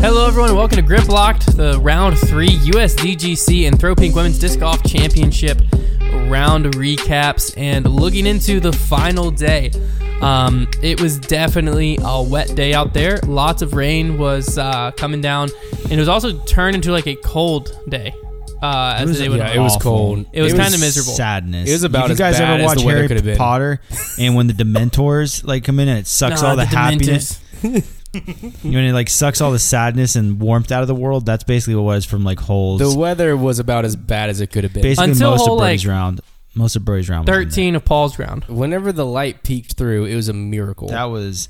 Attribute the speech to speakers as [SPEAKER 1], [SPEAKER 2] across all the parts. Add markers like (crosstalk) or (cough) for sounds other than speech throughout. [SPEAKER 1] Hello, everyone. Welcome to Grip Locked, the round three USDGC and Throw Pink Women's Disc Golf Championship round recaps and looking into the final day. Um, it was definitely a wet day out there. Lots of rain was uh, coming down, and it was also turned into like a cold day. Uh, as the day would
[SPEAKER 2] yeah, it was
[SPEAKER 1] evolve.
[SPEAKER 2] cold.
[SPEAKER 1] It was kind of miserable.
[SPEAKER 3] Sadness.
[SPEAKER 2] It was about
[SPEAKER 3] If you
[SPEAKER 2] as
[SPEAKER 3] guys
[SPEAKER 2] bad
[SPEAKER 3] ever
[SPEAKER 2] as
[SPEAKER 3] watch
[SPEAKER 2] the weather
[SPEAKER 3] Harry
[SPEAKER 2] could have been.
[SPEAKER 3] Potter, and when the Dementors like come in and it sucks
[SPEAKER 1] Nah,
[SPEAKER 3] all the,
[SPEAKER 1] the
[SPEAKER 3] happiness, you know, and it like sucks all the sadness and warmth out of the world. That's basically what it was from like holes.
[SPEAKER 2] The weather was about as bad as it could have been.
[SPEAKER 3] basically,
[SPEAKER 1] Until
[SPEAKER 3] most
[SPEAKER 1] hole,
[SPEAKER 3] of Birdie's
[SPEAKER 1] like,
[SPEAKER 3] round, most of Birdie's round, was in there.
[SPEAKER 1] Thirteen of Paul's round.
[SPEAKER 2] Whenever the light peeked through, it was a miracle.
[SPEAKER 3] That was.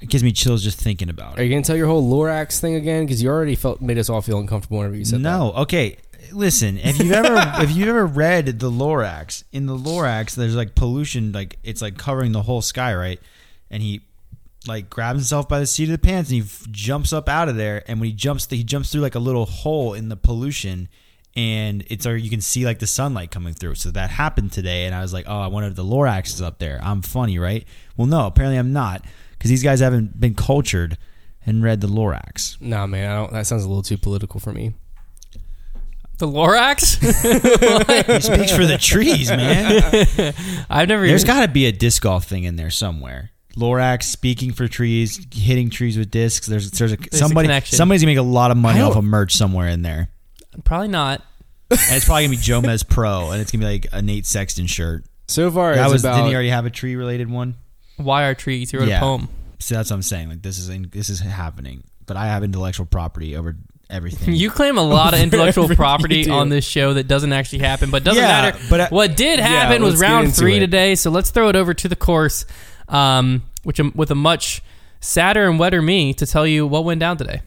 [SPEAKER 3] It gives me chills just thinking about
[SPEAKER 2] Are
[SPEAKER 3] it.
[SPEAKER 2] you gonna tell your whole Lorax thing again? Because you already felt made us all feel uncomfortable whenever you said that.
[SPEAKER 3] No, okay. Listen, if you've ever if you've ever read the Lorax, in the Lorax there's like pollution, like it's like covering the whole sky, right? And he like grabs himself by the seat of the pants and he f- jumps up out of there. And when he jumps, he jumps through like a little hole in the pollution, and it's or you can see like the sunlight coming through. So that happened today, and I was like, oh, I wonder if the Lorax is up there. I'm funny, right? Well, no, apparently I'm not because these guys haven't been cultured and read the Lorax.
[SPEAKER 2] nah, man, I don't, that sounds a little too political for me.
[SPEAKER 1] The Lorax.
[SPEAKER 3] He speaks for the trees, man.
[SPEAKER 1] I've never.
[SPEAKER 3] There's
[SPEAKER 1] even,
[SPEAKER 3] got to be a disc golf thing in there somewhere. Lorax speaking for trees, hitting trees with discs. There's there's a
[SPEAKER 1] a
[SPEAKER 3] somebody
[SPEAKER 1] connection.
[SPEAKER 3] somebody's gonna make a lot of money
[SPEAKER 2] I
[SPEAKER 3] off
[SPEAKER 2] don't-
[SPEAKER 3] of merch somewhere in there,
[SPEAKER 1] probably not.
[SPEAKER 3] and it's probably gonna be Jomez Pro, and it's gonna be like a Nate Sexton shirt.
[SPEAKER 2] So far,
[SPEAKER 3] That
[SPEAKER 2] it's
[SPEAKER 3] was didn't
[SPEAKER 2] about
[SPEAKER 3] he already have a tree related one?
[SPEAKER 1] Why are trees? He wrote a
[SPEAKER 3] Yeah.
[SPEAKER 1] poem.
[SPEAKER 3] So that's what I'm saying. Like this is in, this is happening, but I have intellectual property over
[SPEAKER 1] (laughs)
[SPEAKER 3] everything.
[SPEAKER 1] You claim a lot
[SPEAKER 2] (laughs)
[SPEAKER 1] of intellectual property
[SPEAKER 2] do.
[SPEAKER 1] on this show that doesn't actually happen, but doesn't
[SPEAKER 3] Yeah,
[SPEAKER 1] matter.
[SPEAKER 3] but I-
[SPEAKER 1] what did
[SPEAKER 2] uh, Yeah,
[SPEAKER 1] happen was
[SPEAKER 2] let's get
[SPEAKER 1] round
[SPEAKER 2] into
[SPEAKER 1] three
[SPEAKER 2] it.
[SPEAKER 1] today, so let's throw it over to the course, um, which um, with a much sadder and wetter me to tell you what went down today.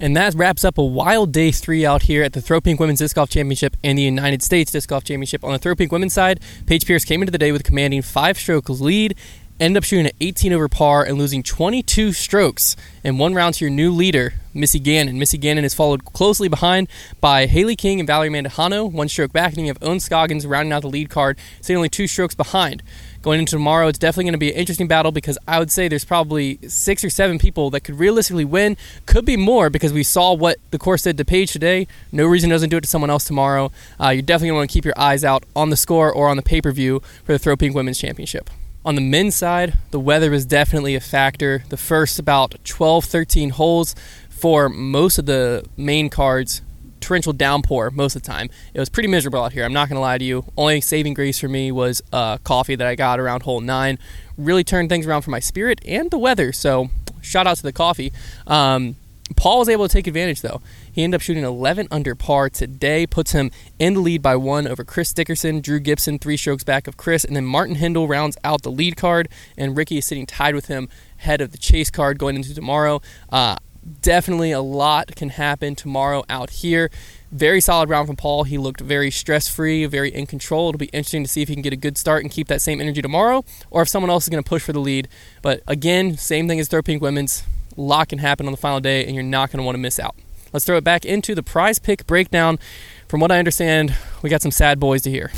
[SPEAKER 1] And that wraps up a wild day three out here at the Throw Pink Women's Disc Golf Championship and the United States Disc Golf Championship. On the Throw Pink Women's side, Paige Pierce came into the day with a commanding five stroke lead, ended up shooting at 18 over par and losing 22 strokes and one round to your new leader, Missy Gannon. Missy Gannon is followed closely behind by Haley King and Valerie Mandahano, one stroke back, and then you have Owen Scoggins rounding out the lead card, sitting only two strokes behind. Going into tomorrow, it's definitely going to be an interesting battle because I would say there's probably six or seven people that could realistically win. Could be more because we saw what the course did to Paige today. No reason it doesn't do it to someone else tomorrow. Uh, you're definitely going to want to keep your eyes out on the score or on the pay per view for the Throw Pink Women's Championship. On the men's side, the weather was definitely a factor. The first about 12, 13 holes for most of the main cards torrential downpour most of the time. It was pretty miserable out here. I'm not going to lie to you. Only saving grace for me was uh, coffee that I got around hole nine. Really turned things around for my spirit and the weather. So shout out to the coffee. Um, Paul was able to take advantage though. He ended up shooting 11 under par today, puts him in the lead by one over Chris Dickerson, Drew Gibson, three strokes back of Chris, and then Martin Hindle rounds out the lead card, and Ricky is sitting tied with him, head of the chase card going into tomorrow. Uh, definitely a lot can happen tomorrow out here. Very solid round from Paul. He looked very stress free, very in control. It'll be interesting to see if he can get a good start and keep that same energy tomorrow, or if someone else is going to push for the lead. But again, same thing as Throw Pink Women's. A lot can happen on the final day, and you're not going to want to miss out. Let's throw it back into the prize pick breakdown. From what I understand, we got some sad boys to hear.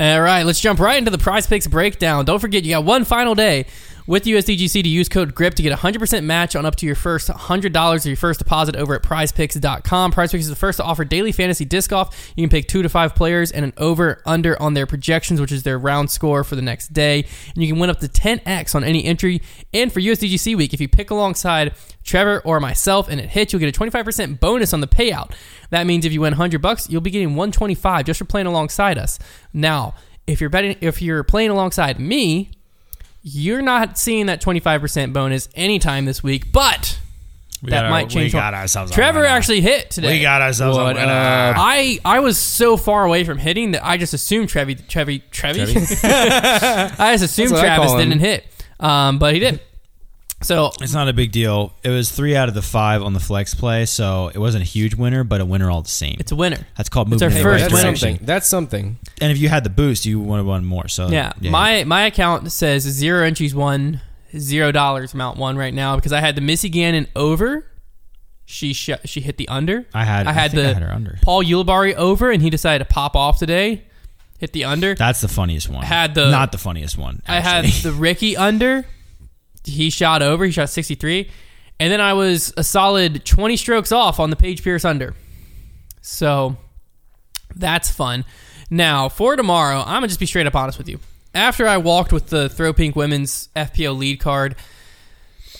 [SPEAKER 1] All right, let's jump right into the prize picks breakdown. Don't forget, you got one final day with USDGC to use code GRIP to get a 100% match on up to your first $100 of your first deposit over at prizepicks.com. Prizepicks is the first to offer daily fantasy disc golf. You can pick two to five players and an over under on their projections, which is their round score for the next day. And you can win up to 10x on any entry. And for USDGC week, if you pick alongside Trevor or myself and it hits, you'll get a 25% bonus on the payout. That means if you win 100 bucks, you'll be getting 125 just for playing alongside us. Now, if you're betting if you're playing alongside me, you're not seeing that 25% bonus anytime this week, but
[SPEAKER 3] We
[SPEAKER 1] that
[SPEAKER 3] got our-
[SPEAKER 1] might change.
[SPEAKER 3] We got ourselves. a
[SPEAKER 1] Trevor
[SPEAKER 3] winner.
[SPEAKER 1] actually hit today.
[SPEAKER 3] We got ourselves. a
[SPEAKER 2] What
[SPEAKER 3] winner.
[SPEAKER 2] up?
[SPEAKER 1] I I was so far away from hitting that I just assumed Trevi Trevi Trevi. (laughs) I just assumed
[SPEAKER 2] That's what I
[SPEAKER 1] Travis
[SPEAKER 2] call him.
[SPEAKER 1] didn't hit, um, but he did. So
[SPEAKER 3] It's not a big deal. It was three out of the five on the flex play, so it wasn't a huge winner, but a winner all the same.
[SPEAKER 1] it's a winner.
[SPEAKER 3] That's called
[SPEAKER 1] It's
[SPEAKER 3] moving
[SPEAKER 1] our
[SPEAKER 3] in the
[SPEAKER 1] first
[SPEAKER 3] right
[SPEAKER 2] that's
[SPEAKER 1] win.
[SPEAKER 3] direction.
[SPEAKER 2] something. That's something.
[SPEAKER 3] And if you had the boost, you would have won more. So
[SPEAKER 1] Yeah, my my account says zero entries won, zero dollars amount one right now because I had the Missy Gannon over. She sh- she hit the under.
[SPEAKER 3] I had-
[SPEAKER 1] I
[SPEAKER 3] I
[SPEAKER 1] had
[SPEAKER 3] think
[SPEAKER 1] the
[SPEAKER 3] I had her under.
[SPEAKER 1] Paul Ulibarri over, and he decided to pop off today. Hit the under.
[SPEAKER 3] that's the funniest one.
[SPEAKER 1] Had the-
[SPEAKER 3] not the funniest one.
[SPEAKER 1] I had
[SPEAKER 3] actually. (laughs)
[SPEAKER 1] the Ricky under. He shot over. He shot 63. And then I was a solid 20 strokes off on the Page Pierce under. So that's fun. Now, for tomorrow, I'm going to just be straight up honest with you. After I walked with the Throw Pink Women's FPO lead card,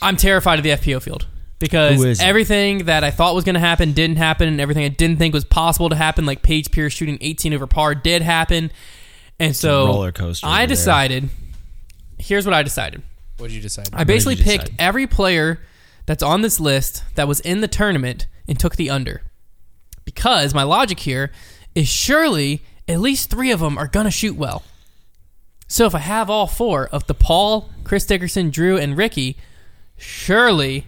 [SPEAKER 1] I'm terrified of the FPO field
[SPEAKER 3] Who
[SPEAKER 1] because
[SPEAKER 3] isn't?
[SPEAKER 1] everything that I thought was going to happen didn't happen, and everything I didn't think was possible to happen, like Paige Pierce shooting 18 over par, did happen. And so
[SPEAKER 3] roller coaster over
[SPEAKER 1] I
[SPEAKER 3] there.
[SPEAKER 1] decided. Here's what I decided.
[SPEAKER 2] What did you decide?
[SPEAKER 1] I basically
[SPEAKER 3] you
[SPEAKER 1] picked
[SPEAKER 3] decide?
[SPEAKER 1] every player that's on this list that was in the tournament and took the under. Because my logic here is surely at least three of them are going to shoot well. So if I have all four of the Paul, Chris Dickerson, Drew, and Ricky, surely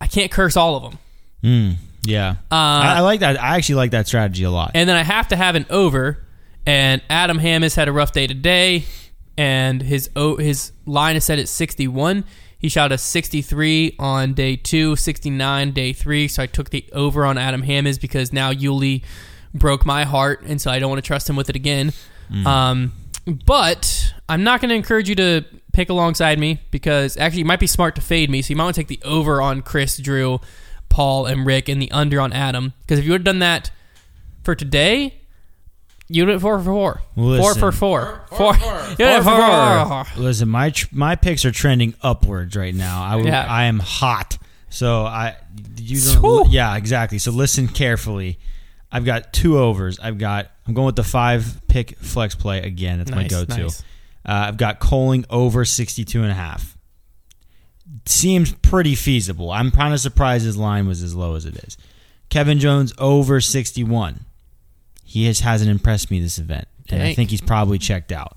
[SPEAKER 1] I can't curse all of them.
[SPEAKER 3] Mm, yeah,
[SPEAKER 1] Uh,
[SPEAKER 3] I, I like that. I actually like that strategy a lot.
[SPEAKER 1] And then I have to have an over. And Adam Hammis had a rough day today, and his o- his line is set at 61. He shot a 63 on day two, 69 day three. So I took the over on Adam Hammis because now Yuli broke my heart, and so I don't want to trust him with it again. Um, but I'm not going to encourage you to pick alongside me because actually it might be smart to fade me. So you might want to take the over on Chris, Drew, Paul, and Rick, and the under on Adam. Because if you would have done that for today, you did four for four. Four
[SPEAKER 3] Listen.
[SPEAKER 1] for four. Four. (laughs) You did
[SPEAKER 3] Four
[SPEAKER 1] four.
[SPEAKER 3] for- Listen, my tr- my picks are trending upwards right now. I would-
[SPEAKER 1] Yeah.
[SPEAKER 3] I am hot. So I you don't-
[SPEAKER 1] Whew.
[SPEAKER 3] yeah exactly. So listen carefully. I've got two overs. I've got I'm going with the five pick flex play again. That's my
[SPEAKER 1] Nice,
[SPEAKER 3] go-to.
[SPEAKER 1] nice.
[SPEAKER 3] Uh, I've got Coling over 62 and a half. Seems pretty feasible. I'm kind of surprised his line was as low as it is. Kevin Jones over 61. He has, hasn't impressed me this event, and I
[SPEAKER 1] Dang.
[SPEAKER 3] think he's probably checked out.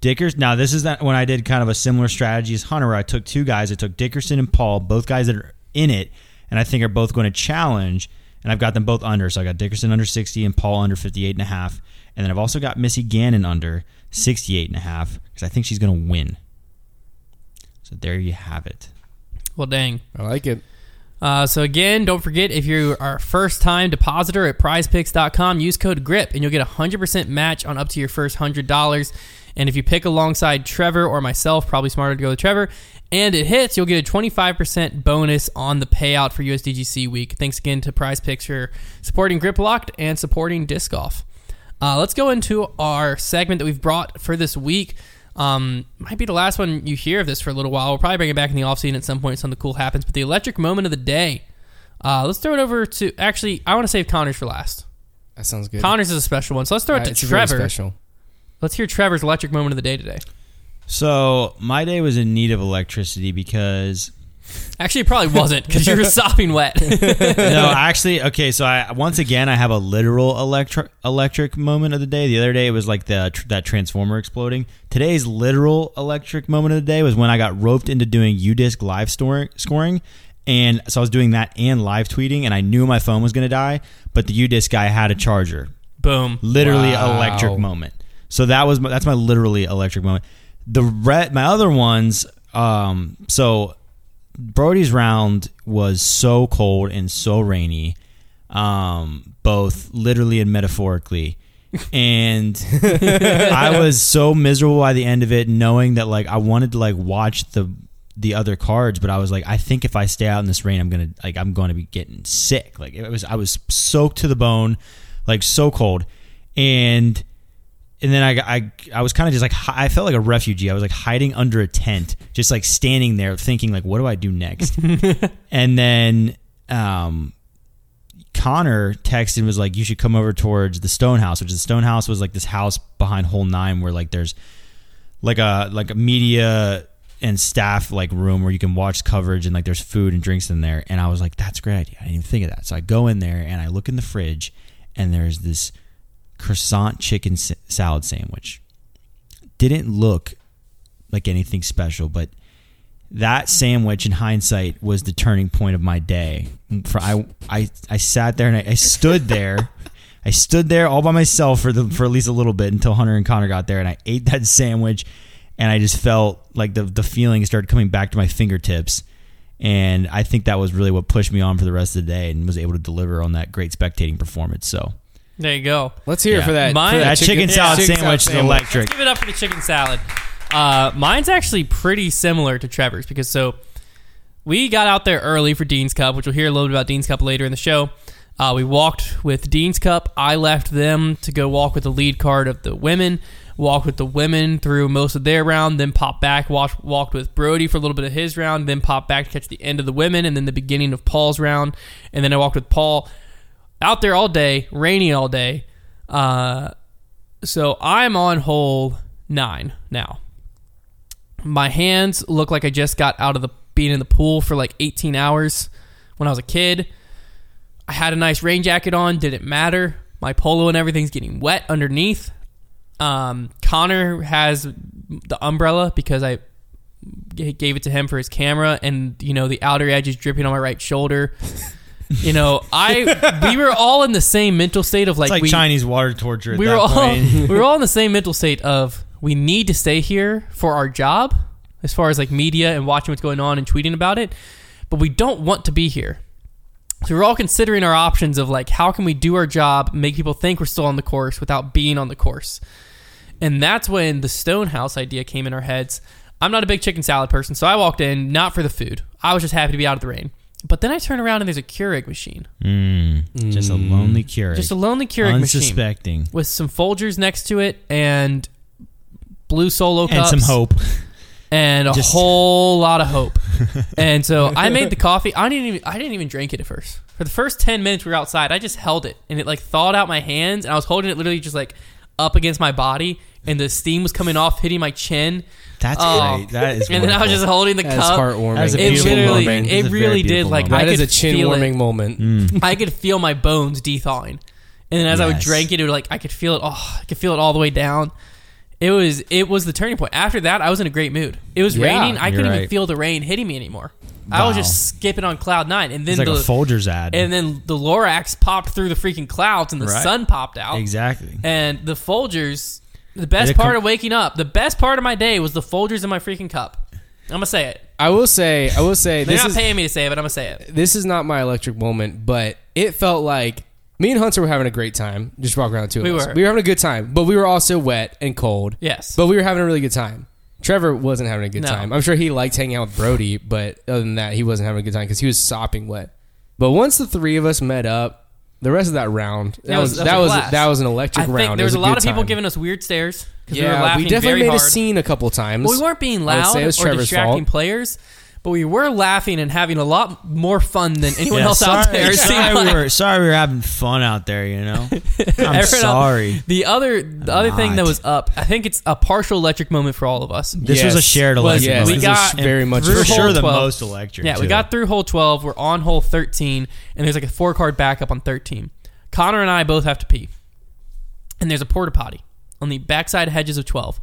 [SPEAKER 3] Dickers. Now this is that when I did kind of a similar strategy as Hunter. where I took two guys. I took Dickerson and Paul, both guys that are in it, and I think are both going to challenge. And I've got them both under. So I got Dickerson under 60 and Paul under 58 and a half. And then I've also got Missy Gannon under 68 and a half because I think she's going to win. So there you have it.
[SPEAKER 1] Well, dang.
[SPEAKER 2] I like it.
[SPEAKER 1] Uh, so again, don't forget if you are a first-time depositor at PrizePicks.com, use code GRIP and you'll get a hundred percent match on up to your first hundred dollars. And if you pick alongside Trevor or myself, probably smarter to go with Trevor, and it hits, you'll get a twenty-five percent bonus on the payout for USDGC week. Thanks again to Prize Picks for supporting Grip Locked and supporting Disc Golf. Uh, let's go into our segment that we've brought for this week. Um, might be the last one you hear of this for a little while. We'll probably bring it back in the offseason at some point. Something cool happens. But the electric moment of the day. Uh, let's throw it over to. Actually, I want to save Connors for last.
[SPEAKER 2] That sounds good.
[SPEAKER 1] Connors is a special one. So let's throw it
[SPEAKER 2] Uh,
[SPEAKER 1] to
[SPEAKER 2] it's very
[SPEAKER 1] Trevor.
[SPEAKER 2] special.
[SPEAKER 1] Let's hear Trevor's electric moment of the day today.
[SPEAKER 3] So my day was in need of electricity because
[SPEAKER 1] Actually, it probably wasn't because
[SPEAKER 2] (laughs)
[SPEAKER 1] you were sopping wet. (laughs)
[SPEAKER 3] no, actually, okay. So I once again I have a literal electric electric moment of the day. The other day it was like the tr- that transformer exploding. Today's literal electric moment of the day was when I got roped into doing UDisc live stor- scoring, and so I was doing that and live tweeting, and I knew my phone was gonna die, but the UDisc guy had a charger.
[SPEAKER 1] Boom.
[SPEAKER 3] Literally
[SPEAKER 2] Wow.
[SPEAKER 3] electric moment. So that was my, that's my literally electric moment. The red, my other ones. Um, so Brody's round was so cold and so rainy, um, both literally and metaphorically. And I was so miserable by the end of it, knowing that like I wanted to like watch the the other cards, but I was like, I think if I stay out in this rain, I'm gonna like I'm gonna be getting sick. Like it was, I was soaked to the bone, like so cold, and and then I got- I, I was kind of just like hi- I felt like a refugee. I was like hiding under a tent, just like standing there, thinking like, what do I do next? and then um, Connor texted and was like, you should come over towards the Stone House, which the Stone House was like this house behind Hole Nine where like there's like a like a media and staff like room where you can watch coverage and like there's food and drinks in there. And I was like, that's a great idea. I didn't even think of that. So I go in there and I look in the fridge and there's this croissant chicken s- salad sandwich. Didn't look like anything special, but that sandwich in hindsight was the turning point of my day. For I I I sat there and I, I stood there. (laughs) I stood there all by myself for the for at least a little bit until Hunter and Connor got there and I ate that sandwich and I just felt like the the feeling started coming back to my fingertips. And I think that was really what pushed me on for the rest of the day and was able to deliver on that great spectating performance. So
[SPEAKER 1] There you go.
[SPEAKER 2] Let's hear it
[SPEAKER 3] Yeah.
[SPEAKER 2] for that.
[SPEAKER 1] Mine-
[SPEAKER 2] for
[SPEAKER 1] That
[SPEAKER 3] that chicken, salad sandwich is electric.
[SPEAKER 1] Let's give it up for the chicken salad. Uh, mine's actually pretty similar to Trevor's because so we got out there early for Dean's Cup, which we'll hear a little bit about Dean's Cup later in the show. Uh, we walked with Dean's Cup. I left them to go walk with the lead card of the women. Walked with the women through most of their round, then popped back. Walked, walked with Brody for a little bit of his round, then popped back to catch the end of the women, and then the beginning of Paul's round. And then I walked with Paul out there all day, rainy all day. Uh, so I'm on hole nine now. My hands look like I just got out of the being in the pool for like 18 hours when I was a kid. I had a nice rain jacket on, didn't matter. My polo and everything's getting wet underneath. Um, Connor has the umbrella because I g- gave it to him for his camera, and you know the outer edge is dripping on my right shoulder. You know, I we were all in the same mental state of like,
[SPEAKER 3] It's like
[SPEAKER 1] we,
[SPEAKER 3] Chinese water torture. At
[SPEAKER 1] we
[SPEAKER 3] that
[SPEAKER 1] were all (laughs)
[SPEAKER 3] point.
[SPEAKER 1] we were all in the same mental state of we need to stay here for our job as far as like media and watching what's going on and tweeting about it but we don't want to be here so we're all considering our options of like how can we do our job make people think we're still on the course without being on the course and that's when the stone house idea came in our heads i'm not a big chicken salad person so i walked in not for the food i was just happy to be out of the rain but then i turn around and there's a keurig machine
[SPEAKER 3] Mm. just a lonely cure.
[SPEAKER 1] just a lonely keurig machine
[SPEAKER 3] unsuspecting,
[SPEAKER 1] with some Folgers next to it and blue solo
[SPEAKER 3] and
[SPEAKER 1] cups
[SPEAKER 3] some hope.
[SPEAKER 1] and a
[SPEAKER 3] Just-
[SPEAKER 1] whole lot of hope.
[SPEAKER 3] (laughs)
[SPEAKER 1] and so I made the coffee. I didn't even I didn't even drink it at first. For the first 10 minutes we were outside, I just held it and it like thawed out my hands and I was holding it literally just like up against my body and the steam was coming off hitting my chin.
[SPEAKER 3] That's
[SPEAKER 1] Oh.
[SPEAKER 3] great. That
[SPEAKER 1] (laughs)
[SPEAKER 3] is.
[SPEAKER 1] And then I was
[SPEAKER 3] wonderful.
[SPEAKER 1] just holding the
[SPEAKER 2] That's
[SPEAKER 1] cup.
[SPEAKER 2] heartwarming.
[SPEAKER 3] That was a
[SPEAKER 1] it
[SPEAKER 3] beautiful
[SPEAKER 1] literally
[SPEAKER 3] moment. It's
[SPEAKER 1] it
[SPEAKER 3] a very
[SPEAKER 1] really did
[SPEAKER 3] beautiful
[SPEAKER 1] like
[SPEAKER 3] moment.
[SPEAKER 1] I
[SPEAKER 2] That
[SPEAKER 1] could
[SPEAKER 2] is a chin
[SPEAKER 1] feel it.
[SPEAKER 2] warming moment.
[SPEAKER 3] Mm.
[SPEAKER 1] I could feel my bones thawing, and then as I would
[SPEAKER 3] Yes.
[SPEAKER 1] drink it, it would like I could feel it. Oh, I could feel it all the way down. It was it was the turning point. After that, I was in a great mood. It was
[SPEAKER 2] Yeah,
[SPEAKER 1] raining. I
[SPEAKER 2] you're
[SPEAKER 1] couldn't even
[SPEAKER 2] right.
[SPEAKER 1] feel the rain hitting me anymore. I was
[SPEAKER 3] Wow.
[SPEAKER 1] just skipping on cloud nine, and then
[SPEAKER 3] It's like
[SPEAKER 1] the
[SPEAKER 3] a Folgers ad.
[SPEAKER 1] and then the Lorax popped through the freaking clouds, and the
[SPEAKER 3] Right.
[SPEAKER 1] sun popped out.
[SPEAKER 3] exactly.
[SPEAKER 1] And the Folgers, the best
[SPEAKER 3] It com-
[SPEAKER 1] part of waking up, the best part of my day was the Folgers in my freaking cup. I'm gonna say it.
[SPEAKER 2] I will say, I will say,
[SPEAKER 1] They're
[SPEAKER 2] this
[SPEAKER 1] not
[SPEAKER 2] is
[SPEAKER 1] paying me to say it, but I'm gonna say it.
[SPEAKER 2] this is not my electric moment, but it felt like me and Hunter were having a great time. Just walking around two of
[SPEAKER 1] We
[SPEAKER 2] us.
[SPEAKER 1] were.
[SPEAKER 2] We were having a good time, but we were also wet and cold.
[SPEAKER 1] Yes.
[SPEAKER 2] But we were having a really good time. Trevor wasn't having a good
[SPEAKER 1] No.
[SPEAKER 2] time. I'm sure he liked hanging out with Brody, but other than that, he wasn't having a good time because he was sopping wet. But once the three of us met up, the rest of that round, that,
[SPEAKER 1] was-
[SPEAKER 2] was,
[SPEAKER 1] that
[SPEAKER 2] that
[SPEAKER 1] was
[SPEAKER 2] was
[SPEAKER 1] a blast.
[SPEAKER 2] that was an electric
[SPEAKER 1] I think
[SPEAKER 2] round. It
[SPEAKER 1] there was, a lot
[SPEAKER 2] good
[SPEAKER 1] of people
[SPEAKER 2] time.
[SPEAKER 1] giving us weird stares because we were
[SPEAKER 2] Yeah,
[SPEAKER 1] laughing
[SPEAKER 2] we, definitely
[SPEAKER 1] very
[SPEAKER 2] made
[SPEAKER 1] hard.
[SPEAKER 2] a scene a couple times.
[SPEAKER 1] Well, we weren't being
[SPEAKER 2] I would
[SPEAKER 1] loud
[SPEAKER 2] say it
[SPEAKER 1] or
[SPEAKER 2] was Trevor's
[SPEAKER 1] distracting
[SPEAKER 2] fault.
[SPEAKER 1] players, but we were laughing and having a lot more fun
[SPEAKER 2] (laughs)
[SPEAKER 1] than anyone
[SPEAKER 3] Yeah,
[SPEAKER 1] else
[SPEAKER 3] sorry,
[SPEAKER 1] out there. It seemed
[SPEAKER 3] Sorry, we
[SPEAKER 1] like
[SPEAKER 3] were, sorry, we were having fun out there.
[SPEAKER 1] (laughs)
[SPEAKER 3] You know, I'm
[SPEAKER 1] everyone else-
[SPEAKER 3] sorry.
[SPEAKER 1] The other the other thing that
[SPEAKER 3] not.
[SPEAKER 1] was up, I think it's a partial electric moment for all of us.
[SPEAKER 3] This was a
[SPEAKER 2] Yes.
[SPEAKER 3] shared
[SPEAKER 1] Was-
[SPEAKER 3] electric.
[SPEAKER 2] yes,
[SPEAKER 1] we
[SPEAKER 3] moment.
[SPEAKER 2] this
[SPEAKER 1] got
[SPEAKER 2] was very much
[SPEAKER 1] through
[SPEAKER 3] for
[SPEAKER 2] a
[SPEAKER 1] hole
[SPEAKER 3] sure the
[SPEAKER 1] 12.
[SPEAKER 3] most electric.
[SPEAKER 1] Yeah, we
[SPEAKER 3] too.
[SPEAKER 1] got through hole 12. We're on hole 13, and there's like a four card backup on 13. Connor and I both have to pee. And there's a porta potty on the backside hedges of 12.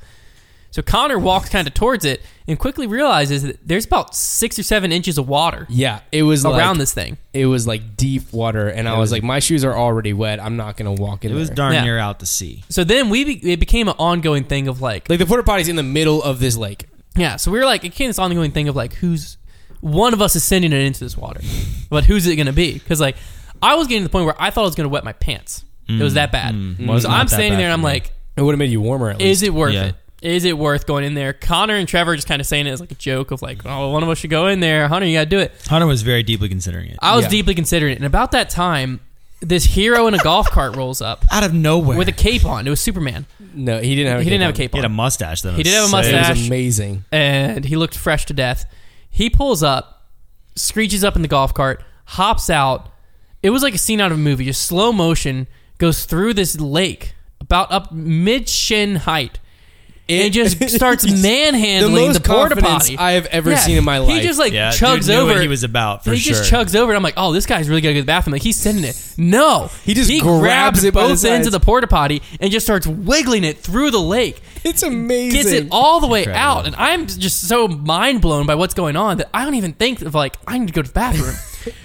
[SPEAKER 1] So Connor walks kind of towards it and quickly realizes that there's about six or seven inches of water
[SPEAKER 2] Yeah, it was
[SPEAKER 1] around
[SPEAKER 2] like,
[SPEAKER 1] this thing.
[SPEAKER 2] It was like deep water, and I was, like, my shoes are already wet. I'm not gonna walk in
[SPEAKER 3] It was
[SPEAKER 2] there.
[SPEAKER 3] darn
[SPEAKER 1] Yeah.
[SPEAKER 3] near out to sea.
[SPEAKER 1] So then we be- it became an ongoing thing of like,
[SPEAKER 2] Like the porta potty's in the middle of this lake.
[SPEAKER 1] yeah. So we were like, it became this ongoing thing of like, who's one of us is sending it into this water, but who's it going to be? Because like, I was getting to the point where I thought I was going to wet my pants. it was that bad.
[SPEAKER 3] Was
[SPEAKER 1] So
[SPEAKER 3] not
[SPEAKER 1] I'm
[SPEAKER 3] that
[SPEAKER 1] standing
[SPEAKER 3] bad
[SPEAKER 1] there and I'm
[SPEAKER 3] for me.
[SPEAKER 1] like,
[SPEAKER 2] It would have made you warmer at least.
[SPEAKER 1] is it worth
[SPEAKER 3] Yeah.
[SPEAKER 1] it? Is it worth going in there? Connor and Trevor just kind of saying it as like a joke of like, oh, one of us should go in there. Hunter, you got to do it.
[SPEAKER 3] Hunter was very deeply considering it.
[SPEAKER 1] I was
[SPEAKER 2] Yeah.
[SPEAKER 1] deeply considering it. And about that time, this hero in a golf cart rolls up
[SPEAKER 3] out of nowhere,
[SPEAKER 1] with a cape on. It was Superman.
[SPEAKER 2] no, he didn't have.
[SPEAKER 1] He didn't have a cape
[SPEAKER 3] he had a
[SPEAKER 1] on.
[SPEAKER 3] mustache. Though
[SPEAKER 1] He did have a
[SPEAKER 3] Sick.
[SPEAKER 1] mustache.
[SPEAKER 2] It
[SPEAKER 1] Dash.
[SPEAKER 2] was amazing.
[SPEAKER 1] And he looked fresh to death. He pulls up, screeches up in the golf cart, hops out. It was like a scene out of a movie, just slow motion, goes through this lake about up mid shin height. and
[SPEAKER 2] (laughs)
[SPEAKER 1] just starts manhandling the,
[SPEAKER 2] most
[SPEAKER 1] porta
[SPEAKER 2] confidence
[SPEAKER 1] potty
[SPEAKER 2] I have ever
[SPEAKER 1] Yeah.
[SPEAKER 2] seen in my life.
[SPEAKER 1] He just like
[SPEAKER 3] Yeah,
[SPEAKER 1] chugs
[SPEAKER 3] dude knew
[SPEAKER 1] over.
[SPEAKER 3] what he was about for
[SPEAKER 1] he
[SPEAKER 3] sure.
[SPEAKER 1] just chugs over, and I'm like, oh, this guy's really gonna go to the bathroom. Like he's sending it. No,
[SPEAKER 2] He just
[SPEAKER 1] he
[SPEAKER 2] grabs
[SPEAKER 1] grabs
[SPEAKER 2] it by the
[SPEAKER 1] both ends
[SPEAKER 2] sides.
[SPEAKER 1] of the porta potty and just starts wiggling it through the lake.
[SPEAKER 2] it's amazing.
[SPEAKER 1] Gets it all the way
[SPEAKER 3] Incredible.
[SPEAKER 1] out, and
[SPEAKER 2] (laughs)
[SPEAKER 1] I'm just so mind blown by what's going on that I don't even think of like I need to go to the bathroom.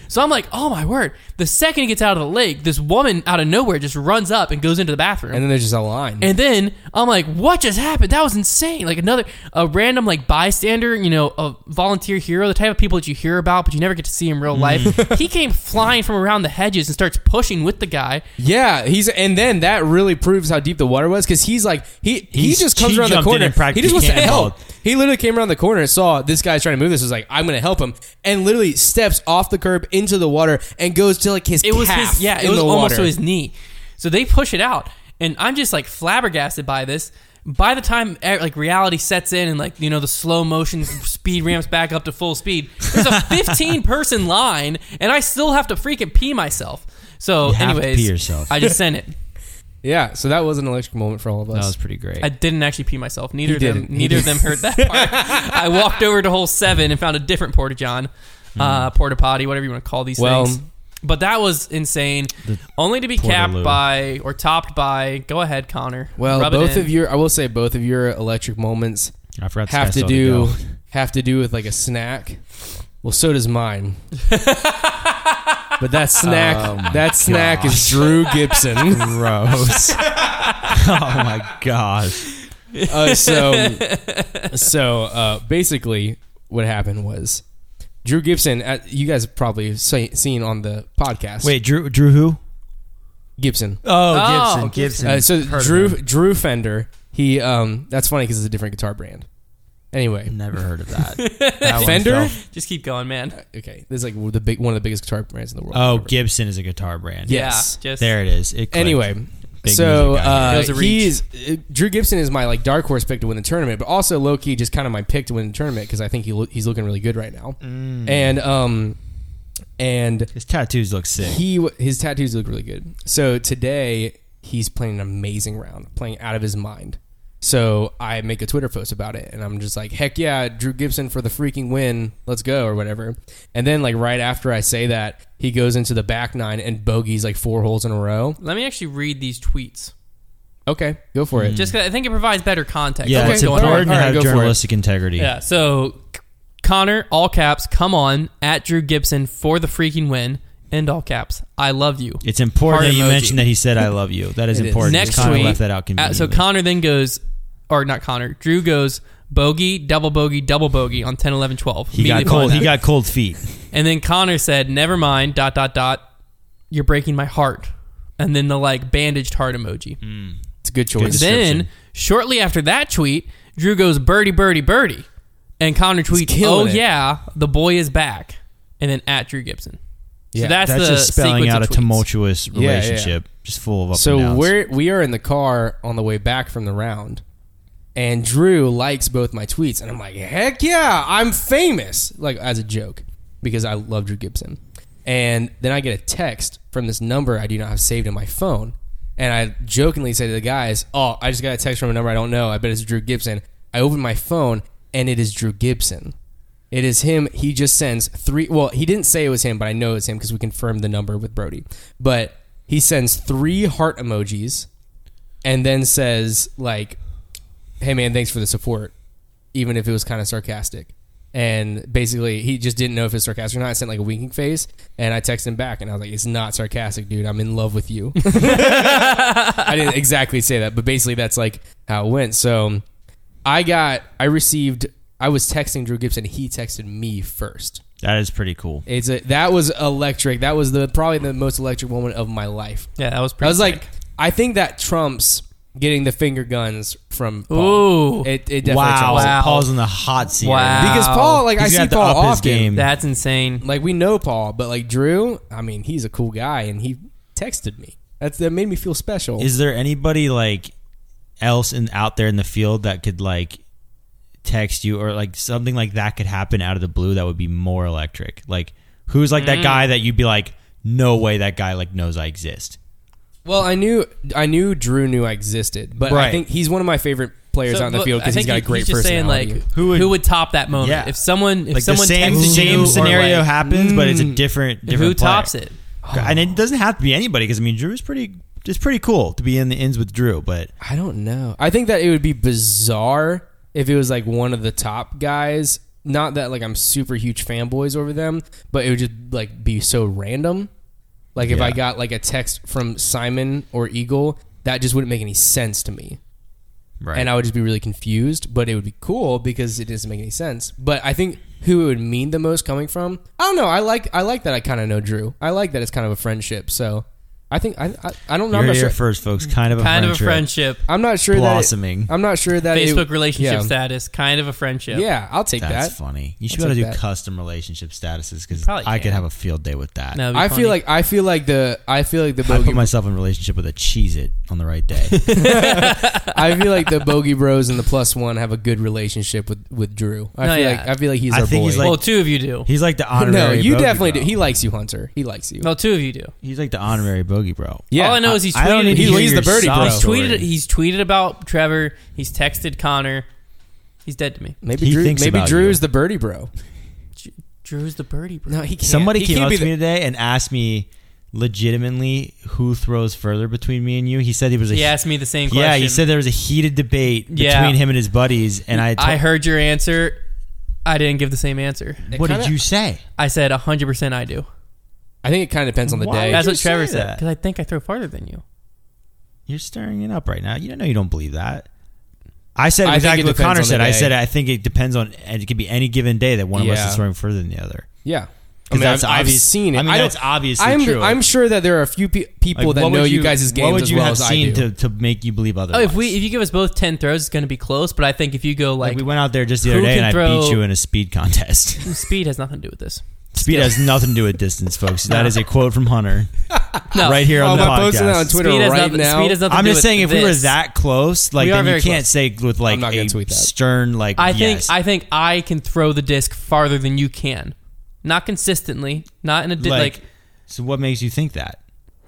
[SPEAKER 1] So I'm like, oh my word. The second he gets out of the lake, this woman out of nowhere just runs up and goes into the bathroom.
[SPEAKER 2] And then there's just a line.
[SPEAKER 1] And then I'm like, what just happened? That was insane. Like another a random like bystander, you know, a volunteer hero, the type of people that you hear about but you never get to see in
[SPEAKER 2] Mm.
[SPEAKER 1] real life.
[SPEAKER 2] (laughs)
[SPEAKER 1] he came flying from around the hedges and starts pushing with the guy.
[SPEAKER 2] yeah, he's and then that really proves how deep the water was because he's like he he
[SPEAKER 3] He's-
[SPEAKER 2] just comes
[SPEAKER 3] he
[SPEAKER 2] around the
[SPEAKER 3] jumped in
[SPEAKER 2] corner.
[SPEAKER 3] and practically
[SPEAKER 2] He just wants to
[SPEAKER 3] cannonballed.
[SPEAKER 2] help. He literally came around the corner and saw this guy's trying to move this. Was like, I'm going to help him, and literally steps off the curb into the water and goes to like his
[SPEAKER 1] It was
[SPEAKER 2] calf
[SPEAKER 1] his yeah, it
[SPEAKER 2] in
[SPEAKER 1] was
[SPEAKER 2] the
[SPEAKER 1] almost
[SPEAKER 2] water.
[SPEAKER 1] to his knee. So they push it out, and I'm just like flabbergasted by this. By the time eh, like reality sets in and like you know the slow motion speed ramps back up to full speed, there's a 15 person line, and I still have to freaking pee myself. So,
[SPEAKER 3] You have to
[SPEAKER 1] anyways,
[SPEAKER 3] pee yourself.
[SPEAKER 1] I just sent it.
[SPEAKER 2] yeah, so that was an electric moment for all of us.
[SPEAKER 3] That was pretty great.
[SPEAKER 1] I didn't actually pee myself. Neither of
[SPEAKER 2] He
[SPEAKER 1] them,
[SPEAKER 2] didn't. He
[SPEAKER 1] neither of them heard that part. I walked over to hole seven and found a different porta john, uh, porta potty, whatever you want to call these
[SPEAKER 2] Well-
[SPEAKER 1] things. But that was insane.
[SPEAKER 3] The
[SPEAKER 1] Only to be
[SPEAKER 3] porta
[SPEAKER 1] capped
[SPEAKER 3] loo.
[SPEAKER 1] by or topped by. Go ahead, Connor.
[SPEAKER 2] Well,
[SPEAKER 1] Rub it
[SPEAKER 2] both
[SPEAKER 1] in.
[SPEAKER 2] of your, I will say, both of your electric moments
[SPEAKER 3] I forgot this
[SPEAKER 2] have
[SPEAKER 3] guy
[SPEAKER 2] to
[SPEAKER 3] still
[SPEAKER 2] do
[SPEAKER 3] go.
[SPEAKER 2] have to do with like a snack. Well, so does mine.
[SPEAKER 3] (laughs)
[SPEAKER 2] but that snack,
[SPEAKER 3] Oh my
[SPEAKER 2] that snack is Drew Gibson.
[SPEAKER 3] (laughs) Gross. (laughs) oh my
[SPEAKER 1] (laughs)
[SPEAKER 3] gosh.
[SPEAKER 2] (laughs) uh, so, so uh, basically, what happened was Drew Gibson. Uh, you guys have probably say, seen on the podcast.
[SPEAKER 3] Wait, Drew Drew who?
[SPEAKER 2] Gibson.
[SPEAKER 1] Oh, Gibson,
[SPEAKER 3] Gibson. Gibson.
[SPEAKER 2] Uh, so
[SPEAKER 3] Heard of
[SPEAKER 2] Drew
[SPEAKER 3] him.
[SPEAKER 2] Drew Fender. He um. That's funny because it's a different guitar brand. Anyway,
[SPEAKER 3] Never heard of that.
[SPEAKER 1] (laughs)
[SPEAKER 3] That one
[SPEAKER 2] Fender?
[SPEAKER 3] fell-
[SPEAKER 1] Just keep going, man.
[SPEAKER 2] okay, this is like the big one of the biggest guitar brands in the world.
[SPEAKER 3] Oh,
[SPEAKER 2] Whatever.
[SPEAKER 3] Gibson is a guitar brand.
[SPEAKER 2] Yes.
[SPEAKER 1] Yeah, just
[SPEAKER 3] There it is. It clicked.
[SPEAKER 2] Anyway,
[SPEAKER 3] Big
[SPEAKER 2] so
[SPEAKER 3] music guy.
[SPEAKER 1] It
[SPEAKER 2] uh,
[SPEAKER 1] was a reach.
[SPEAKER 2] he's uh, Drew Gibson is my like dark horse pick to win the tournament, but also low key just kind of my pick to win the tournament because I think he lo- he's looking really good right now, and um, and
[SPEAKER 3] his tattoos look sick.
[SPEAKER 2] he w- his tattoos look really good. So today he's playing an amazing round, playing out of his mind. So I make a Twitter post about it, and I'm just like, heck yeah, Drew Gibson for the freaking win, let's go or whatever. And then like right after I say that, he goes into the back nine and bogeys like four holes in a row.
[SPEAKER 1] Let me actually read these tweets.
[SPEAKER 2] Okay, go for it.
[SPEAKER 1] Just 'cause I think it provides better context.
[SPEAKER 3] yeah,
[SPEAKER 1] Okay,
[SPEAKER 2] Okay,
[SPEAKER 3] it's
[SPEAKER 1] go on.
[SPEAKER 3] important
[SPEAKER 2] All right,
[SPEAKER 3] to
[SPEAKER 2] go
[SPEAKER 3] have
[SPEAKER 2] for it.
[SPEAKER 3] journalistic integrity.
[SPEAKER 1] Yeah. So, C- Connor, all caps, come on at Drew Gibson for the freaking win. End all caps. I love you.
[SPEAKER 3] It's important
[SPEAKER 1] Heart
[SPEAKER 3] that you
[SPEAKER 1] emoji.
[SPEAKER 3] mentioned that he
[SPEAKER 1] (laughs)
[SPEAKER 3] said "I love you." That is
[SPEAKER 2] It is.
[SPEAKER 3] important.
[SPEAKER 1] Next
[SPEAKER 3] Connor
[SPEAKER 1] tweet.
[SPEAKER 3] left that out
[SPEAKER 1] uh, so
[SPEAKER 3] conveniently.
[SPEAKER 1] Connor then goes, or not Connor, Drew goes bogey, double bogey, double bogey on 10, 11, 12.
[SPEAKER 3] he got
[SPEAKER 1] Immediately
[SPEAKER 3] cold.
[SPEAKER 1] followed
[SPEAKER 3] He
[SPEAKER 1] that.
[SPEAKER 3] got cold feet.
[SPEAKER 1] And then Connor said, never mind, dot, dot, dot. You're breaking my heart. And then the like bandaged heart emoji.
[SPEAKER 2] It's a good choice.
[SPEAKER 3] Good.
[SPEAKER 1] Then,
[SPEAKER 3] Mm. description.
[SPEAKER 1] shortly after that tweet, Drew goes birdie, birdie, birdie. And Connor tweets, oh
[SPEAKER 2] killing it.
[SPEAKER 1] yeah, the boy is back. And then at Drew Gibson. So
[SPEAKER 2] Yeah,
[SPEAKER 1] that's,
[SPEAKER 3] That's
[SPEAKER 1] the
[SPEAKER 3] just spelling
[SPEAKER 1] sequence
[SPEAKER 3] out a
[SPEAKER 1] of tweets.
[SPEAKER 3] tumultuous
[SPEAKER 2] yeah.
[SPEAKER 3] relationship, just full of up and
[SPEAKER 2] So
[SPEAKER 3] downs.
[SPEAKER 2] we're we are in the car on the way back from the round, and Drew likes both my tweets, and I'm like, heck yeah, I'm famous, like as a joke, because I love Drew Gibson. And then I get a text from this number I do not have saved in my phone, and I jokingly say to the guys, "Oh, I just got a text from a number I don't know. I bet it's Drew Gibson." I open my phone, and it is Drew Gibson. It is him. He just sends three. Well, he didn't say it was him, but I know it's him because we confirmed the number with Brody. But he sends three heart emojis and then says, like, hey, man, thanks for the support, even if it was kind of sarcastic. And basically, he just didn't know if it's sarcastic or not. I sent like a winking face, and I texted him back, and I was like, "It's not sarcastic, dude. I'm in love with you." I didn't exactly say that, but basically, that's like how it went. So, I got, I received, I was texting Drew Gibson. He texted me first.
[SPEAKER 3] That is pretty cool.
[SPEAKER 2] It's a, that was electric. That was the probably the most electric moment of my life.
[SPEAKER 1] Yeah, that was
[SPEAKER 2] I
[SPEAKER 1] pretty
[SPEAKER 2] was like,
[SPEAKER 1] sick.
[SPEAKER 2] I think that trumps getting the finger guns from
[SPEAKER 1] Ooh.
[SPEAKER 2] Paul. It, it definitely
[SPEAKER 3] Wow,
[SPEAKER 2] trumps it.
[SPEAKER 1] Wow.
[SPEAKER 3] Paul's in the hot seat.
[SPEAKER 1] Wow.
[SPEAKER 3] right now.
[SPEAKER 2] because Paul, like I
[SPEAKER 3] He's
[SPEAKER 2] see
[SPEAKER 3] gonna have to
[SPEAKER 2] Paul
[SPEAKER 3] up his
[SPEAKER 2] often.
[SPEAKER 3] game.
[SPEAKER 1] that's insane.
[SPEAKER 2] Like we know Paul, but like Drew, I mean, he's a cool guy, and he texted me. That's that made me feel special.
[SPEAKER 3] Is there anybody like else in out there in the field that could like text you or like something like that could happen out of the blue that would be more electric? Like who's like that guy that you'd be like, no way that guy like knows I exist.
[SPEAKER 2] well, I knew I knew Drew knew I existed, but I
[SPEAKER 3] Right.
[SPEAKER 2] think he's one of my favorite players
[SPEAKER 1] So,
[SPEAKER 2] out in the
[SPEAKER 1] look,
[SPEAKER 2] field
[SPEAKER 1] I
[SPEAKER 2] because
[SPEAKER 1] think
[SPEAKER 2] he's got a
[SPEAKER 1] he-
[SPEAKER 2] great
[SPEAKER 1] he's just saying,
[SPEAKER 2] personality.
[SPEAKER 1] like,
[SPEAKER 3] Who would-
[SPEAKER 1] who would top that moment?
[SPEAKER 3] Yeah.
[SPEAKER 1] If someone, if
[SPEAKER 3] Like
[SPEAKER 1] someone
[SPEAKER 3] the same
[SPEAKER 1] texted you,
[SPEAKER 3] same
[SPEAKER 1] or,
[SPEAKER 3] scenario
[SPEAKER 1] like, Mm.
[SPEAKER 3] happens, but it's a different different
[SPEAKER 1] who
[SPEAKER 3] player. Oh,
[SPEAKER 1] tops it?
[SPEAKER 3] And it doesn't have to be anybody because I mean Drew is pretty. It's pretty cool to be in the ends with Drew, but
[SPEAKER 2] I don't know. I think that it would be bizarre if it was like one of the top guys not that like I'm super huge fanboys over them, but it would just like be so random. Like if
[SPEAKER 3] Yeah.
[SPEAKER 2] I got like a text from Simon or Eagle, that just wouldn't make any sense to me.
[SPEAKER 3] Right.
[SPEAKER 2] And I would just be really confused, but it would be cool because it doesn't make any sense. But I think who it would mean the most coming from, I don't know. I like I like that I kind of know Drew. I like that it's kind of a friendship. So I think I I, I don't know.
[SPEAKER 3] You're
[SPEAKER 2] I'm not
[SPEAKER 3] here
[SPEAKER 2] sure.
[SPEAKER 3] first, folks. Kind of a
[SPEAKER 1] Kind of a
[SPEAKER 3] friendship.
[SPEAKER 1] friendship.
[SPEAKER 2] I'm not sure
[SPEAKER 3] Blossoming.
[SPEAKER 2] that it- I'm not sure that it-
[SPEAKER 1] Facebook relationship
[SPEAKER 2] yeah.
[SPEAKER 1] status. Kind of a friendship.
[SPEAKER 2] Yeah, I'll take
[SPEAKER 3] That's
[SPEAKER 2] that.
[SPEAKER 3] funny. You should
[SPEAKER 2] I'll
[SPEAKER 3] be able to do
[SPEAKER 2] take that.
[SPEAKER 3] custom relationship statuses because
[SPEAKER 1] Probably
[SPEAKER 3] I could
[SPEAKER 1] can.
[SPEAKER 3] have a field day with that.
[SPEAKER 1] No, it'd be
[SPEAKER 2] I
[SPEAKER 1] funny.
[SPEAKER 2] feel like I feel like the I feel like the
[SPEAKER 3] I
[SPEAKER 2] bogey
[SPEAKER 3] put myself in a relationship with a Cheez It on the right
[SPEAKER 2] (laughs)
[SPEAKER 3] day.
[SPEAKER 2] I feel like the
[SPEAKER 3] (laughs)
[SPEAKER 2] bogey bros and the plus one have a good relationship with with Drew. I
[SPEAKER 1] No,
[SPEAKER 2] feel
[SPEAKER 1] yeah.
[SPEAKER 2] like I feel like he's
[SPEAKER 3] I
[SPEAKER 2] our
[SPEAKER 3] think
[SPEAKER 2] boy.
[SPEAKER 3] he's like-
[SPEAKER 1] well, two of you do.
[SPEAKER 3] He's like the
[SPEAKER 2] no,
[SPEAKER 3] honorary.
[SPEAKER 2] you
[SPEAKER 3] bogey
[SPEAKER 2] definitely
[SPEAKER 3] bro.
[SPEAKER 2] do. He likes you, Hunter. He likes you.
[SPEAKER 1] No, two of you do.
[SPEAKER 3] He's like the honorary bogey bro.
[SPEAKER 2] Yeah,
[SPEAKER 1] All I know is he's tweeted.
[SPEAKER 3] I don't need to
[SPEAKER 1] he's,
[SPEAKER 3] hear
[SPEAKER 2] he's
[SPEAKER 3] your
[SPEAKER 2] the birdie
[SPEAKER 3] sob
[SPEAKER 2] bro.
[SPEAKER 1] he's
[SPEAKER 3] story.
[SPEAKER 1] tweeted. He's tweeted about Trevor. He's texted Connor. He's dead to me.
[SPEAKER 2] Maybe
[SPEAKER 3] He
[SPEAKER 2] Drew,
[SPEAKER 3] thinks
[SPEAKER 2] maybe
[SPEAKER 3] about
[SPEAKER 2] Drew's the birdie bro.
[SPEAKER 1] J- Drew's the birdie, bro.
[SPEAKER 2] No, he can't.
[SPEAKER 3] Somebody
[SPEAKER 2] he
[SPEAKER 3] came
[SPEAKER 2] can't
[SPEAKER 3] up
[SPEAKER 2] be
[SPEAKER 3] to
[SPEAKER 2] the-
[SPEAKER 3] me today and asked me legitimately who throws further between me and you. He said he was a
[SPEAKER 1] he asked me the same question.
[SPEAKER 3] yeah. He said there was a heated debate between
[SPEAKER 1] Yeah.
[SPEAKER 3] him and his buddies, and I.
[SPEAKER 1] I heard your answer. I didn't give the same answer.
[SPEAKER 3] told- what did
[SPEAKER 2] kinda-
[SPEAKER 3] you say?
[SPEAKER 1] I said 100% I do.
[SPEAKER 2] I think it kind of depends on the
[SPEAKER 3] Why?
[SPEAKER 2] day.
[SPEAKER 1] That's
[SPEAKER 3] you
[SPEAKER 1] what Trevor
[SPEAKER 3] say
[SPEAKER 1] said.
[SPEAKER 3] that?
[SPEAKER 1] Because I think I throw farther than you.
[SPEAKER 3] You're stirring it up right now. You know you don't believe that. I said
[SPEAKER 2] I think
[SPEAKER 3] exactly
[SPEAKER 2] it
[SPEAKER 3] what
[SPEAKER 2] depends
[SPEAKER 3] Connor
[SPEAKER 2] on the
[SPEAKER 3] said. I
[SPEAKER 2] day.
[SPEAKER 3] said I think it depends on, and it could be any given day that one of us
[SPEAKER 2] Yeah.
[SPEAKER 3] is throwing further than the other.
[SPEAKER 2] yeah. I
[SPEAKER 3] Because
[SPEAKER 2] mean,
[SPEAKER 3] that's
[SPEAKER 2] I've, I've
[SPEAKER 3] obvious-
[SPEAKER 2] seen it.
[SPEAKER 3] I mean,
[SPEAKER 2] don't-
[SPEAKER 3] that's obviously
[SPEAKER 2] I'm,
[SPEAKER 3] true.
[SPEAKER 2] I'm sure that there are a few pe- people
[SPEAKER 3] Like,
[SPEAKER 2] that
[SPEAKER 3] what
[SPEAKER 2] know
[SPEAKER 3] would
[SPEAKER 2] you, guys' games
[SPEAKER 3] What would
[SPEAKER 2] as
[SPEAKER 3] you
[SPEAKER 2] well
[SPEAKER 3] have
[SPEAKER 2] as I
[SPEAKER 3] seen
[SPEAKER 2] do.
[SPEAKER 3] to, to make you believe
[SPEAKER 1] Oh,
[SPEAKER 3] otherwise?
[SPEAKER 1] if we if you give us both 10 throws, it's going to be close. But I think if you go
[SPEAKER 3] like,
[SPEAKER 1] like,
[SPEAKER 3] we went out there just the
[SPEAKER 1] who
[SPEAKER 3] other day
[SPEAKER 1] can
[SPEAKER 3] and I
[SPEAKER 1] throw-
[SPEAKER 3] beat you in a speed contest.
[SPEAKER 2] (laughs)
[SPEAKER 1] speed has nothing to do with this.
[SPEAKER 3] Speed has nothing to do with distance, folks. That is a quote from
[SPEAKER 2] (laughs)
[SPEAKER 3] Hunter
[SPEAKER 1] No.
[SPEAKER 3] right here
[SPEAKER 2] Oh,
[SPEAKER 3] on the
[SPEAKER 2] am I posting that on
[SPEAKER 3] podcast.
[SPEAKER 2] Twitter
[SPEAKER 1] speed has
[SPEAKER 2] right
[SPEAKER 1] nothing,
[SPEAKER 2] now?
[SPEAKER 1] Speed has nothing
[SPEAKER 3] I'm
[SPEAKER 1] to do
[SPEAKER 3] just
[SPEAKER 1] with
[SPEAKER 3] saying, if we were
[SPEAKER 1] this.
[SPEAKER 3] that close, like
[SPEAKER 1] We are
[SPEAKER 3] then you
[SPEAKER 1] very
[SPEAKER 3] can't say with like
[SPEAKER 2] I'm not gonna
[SPEAKER 3] a
[SPEAKER 2] tweet that.
[SPEAKER 3] stern like.
[SPEAKER 1] I think
[SPEAKER 3] yes.
[SPEAKER 1] I think I can throw the disc farther than you can. Not consistently, not in a di- like,
[SPEAKER 3] So what makes you think that?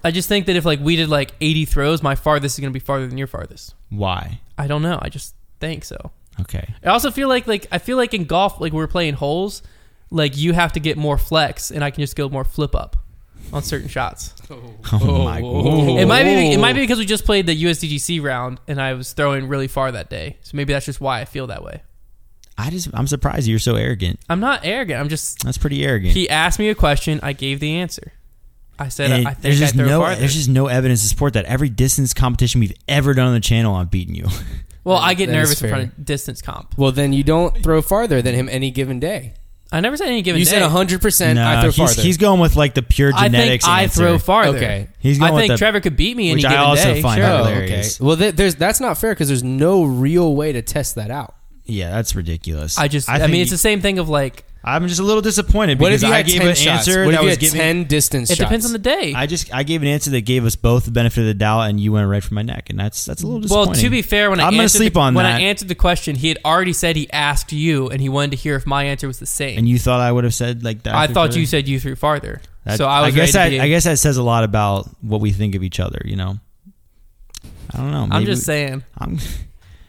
[SPEAKER 1] I just think that if like we did like 80 throws, my farthest is going to be farther than your farthest.
[SPEAKER 3] Why?
[SPEAKER 1] I don't know. I just think so.
[SPEAKER 3] Okay. (laughs)
[SPEAKER 1] I also feel like like I feel like in golf, like we're playing holes, like you have to get more flex, and I can just go more flip up on certain shots.
[SPEAKER 3] Oh, my god.
[SPEAKER 1] (laughs) It might be it might be because we just played the USDGC round, and I was throwing really far that day. So maybe that's just why I feel that way.
[SPEAKER 3] I just I'm surprised you're so arrogant.
[SPEAKER 1] I'm not arrogant. I'm just
[SPEAKER 3] That's pretty arrogant.
[SPEAKER 1] he asked me a question, I gave the answer. I said
[SPEAKER 3] And
[SPEAKER 1] I think
[SPEAKER 3] there's
[SPEAKER 1] I
[SPEAKER 3] just
[SPEAKER 1] throw
[SPEAKER 3] no
[SPEAKER 1] farther.
[SPEAKER 3] there's just no evidence to support that. Every distance competition we've ever done on the channel, I've beaten you.
[SPEAKER 1] well, I get
[SPEAKER 2] That is
[SPEAKER 1] nervous in
[SPEAKER 2] fair.
[SPEAKER 1] front of distance comp.
[SPEAKER 2] Well, then you don't throw farther than him any given day.
[SPEAKER 1] I never said any given
[SPEAKER 2] You
[SPEAKER 1] day.
[SPEAKER 2] said 100%.
[SPEAKER 3] no,
[SPEAKER 2] I throw
[SPEAKER 3] he's,
[SPEAKER 2] farther.
[SPEAKER 3] he's going with like the pure
[SPEAKER 1] I think
[SPEAKER 3] genetics.
[SPEAKER 1] I
[SPEAKER 3] answer.
[SPEAKER 1] throw farther.
[SPEAKER 2] Okay.
[SPEAKER 3] He's going
[SPEAKER 1] I
[SPEAKER 3] with
[SPEAKER 1] think
[SPEAKER 3] the-
[SPEAKER 1] Trevor could beat me any
[SPEAKER 3] which I
[SPEAKER 1] given
[SPEAKER 3] also
[SPEAKER 1] day.
[SPEAKER 3] find
[SPEAKER 1] sure.
[SPEAKER 3] Oh,
[SPEAKER 2] Oh, okay.
[SPEAKER 3] hilarious.
[SPEAKER 2] Well, th- there's that's not fair because there's no real way to test that out.
[SPEAKER 3] Yeah, that's ridiculous.
[SPEAKER 1] I just I,
[SPEAKER 3] think
[SPEAKER 1] mean it's
[SPEAKER 3] he-
[SPEAKER 1] the same thing of like
[SPEAKER 3] I'm just a little disappointed
[SPEAKER 2] What
[SPEAKER 3] because
[SPEAKER 2] if you
[SPEAKER 3] I
[SPEAKER 2] had
[SPEAKER 3] gave
[SPEAKER 2] ten
[SPEAKER 3] an
[SPEAKER 2] shots?
[SPEAKER 3] answer
[SPEAKER 2] what if
[SPEAKER 3] that
[SPEAKER 2] you
[SPEAKER 3] was
[SPEAKER 2] had
[SPEAKER 3] giving,
[SPEAKER 2] ten distance
[SPEAKER 1] it
[SPEAKER 2] shots?
[SPEAKER 1] depends on the day.
[SPEAKER 3] I just I gave an answer that gave us both the benefit of the doubt, and you went right for my neck, and that's that's a little disappointing.
[SPEAKER 1] well, to be fair, when I
[SPEAKER 3] I'm gonna
[SPEAKER 1] answered
[SPEAKER 3] sleep
[SPEAKER 1] the,
[SPEAKER 3] on
[SPEAKER 1] when
[SPEAKER 3] that,
[SPEAKER 1] I answered the question, he had already said he asked you and he wanted to hear if my answer was the same.
[SPEAKER 3] and you thought I would have said like that.
[SPEAKER 1] I
[SPEAKER 3] after
[SPEAKER 1] thought
[SPEAKER 3] further-
[SPEAKER 1] you said you threw farther.
[SPEAKER 3] That-
[SPEAKER 1] so I was
[SPEAKER 3] I guess
[SPEAKER 1] ready to
[SPEAKER 3] that
[SPEAKER 1] be-
[SPEAKER 3] I guess that says a lot about what we think of each other. You know, I don't know.
[SPEAKER 1] I'm
[SPEAKER 3] maybe-
[SPEAKER 1] just saying.
[SPEAKER 3] I'm,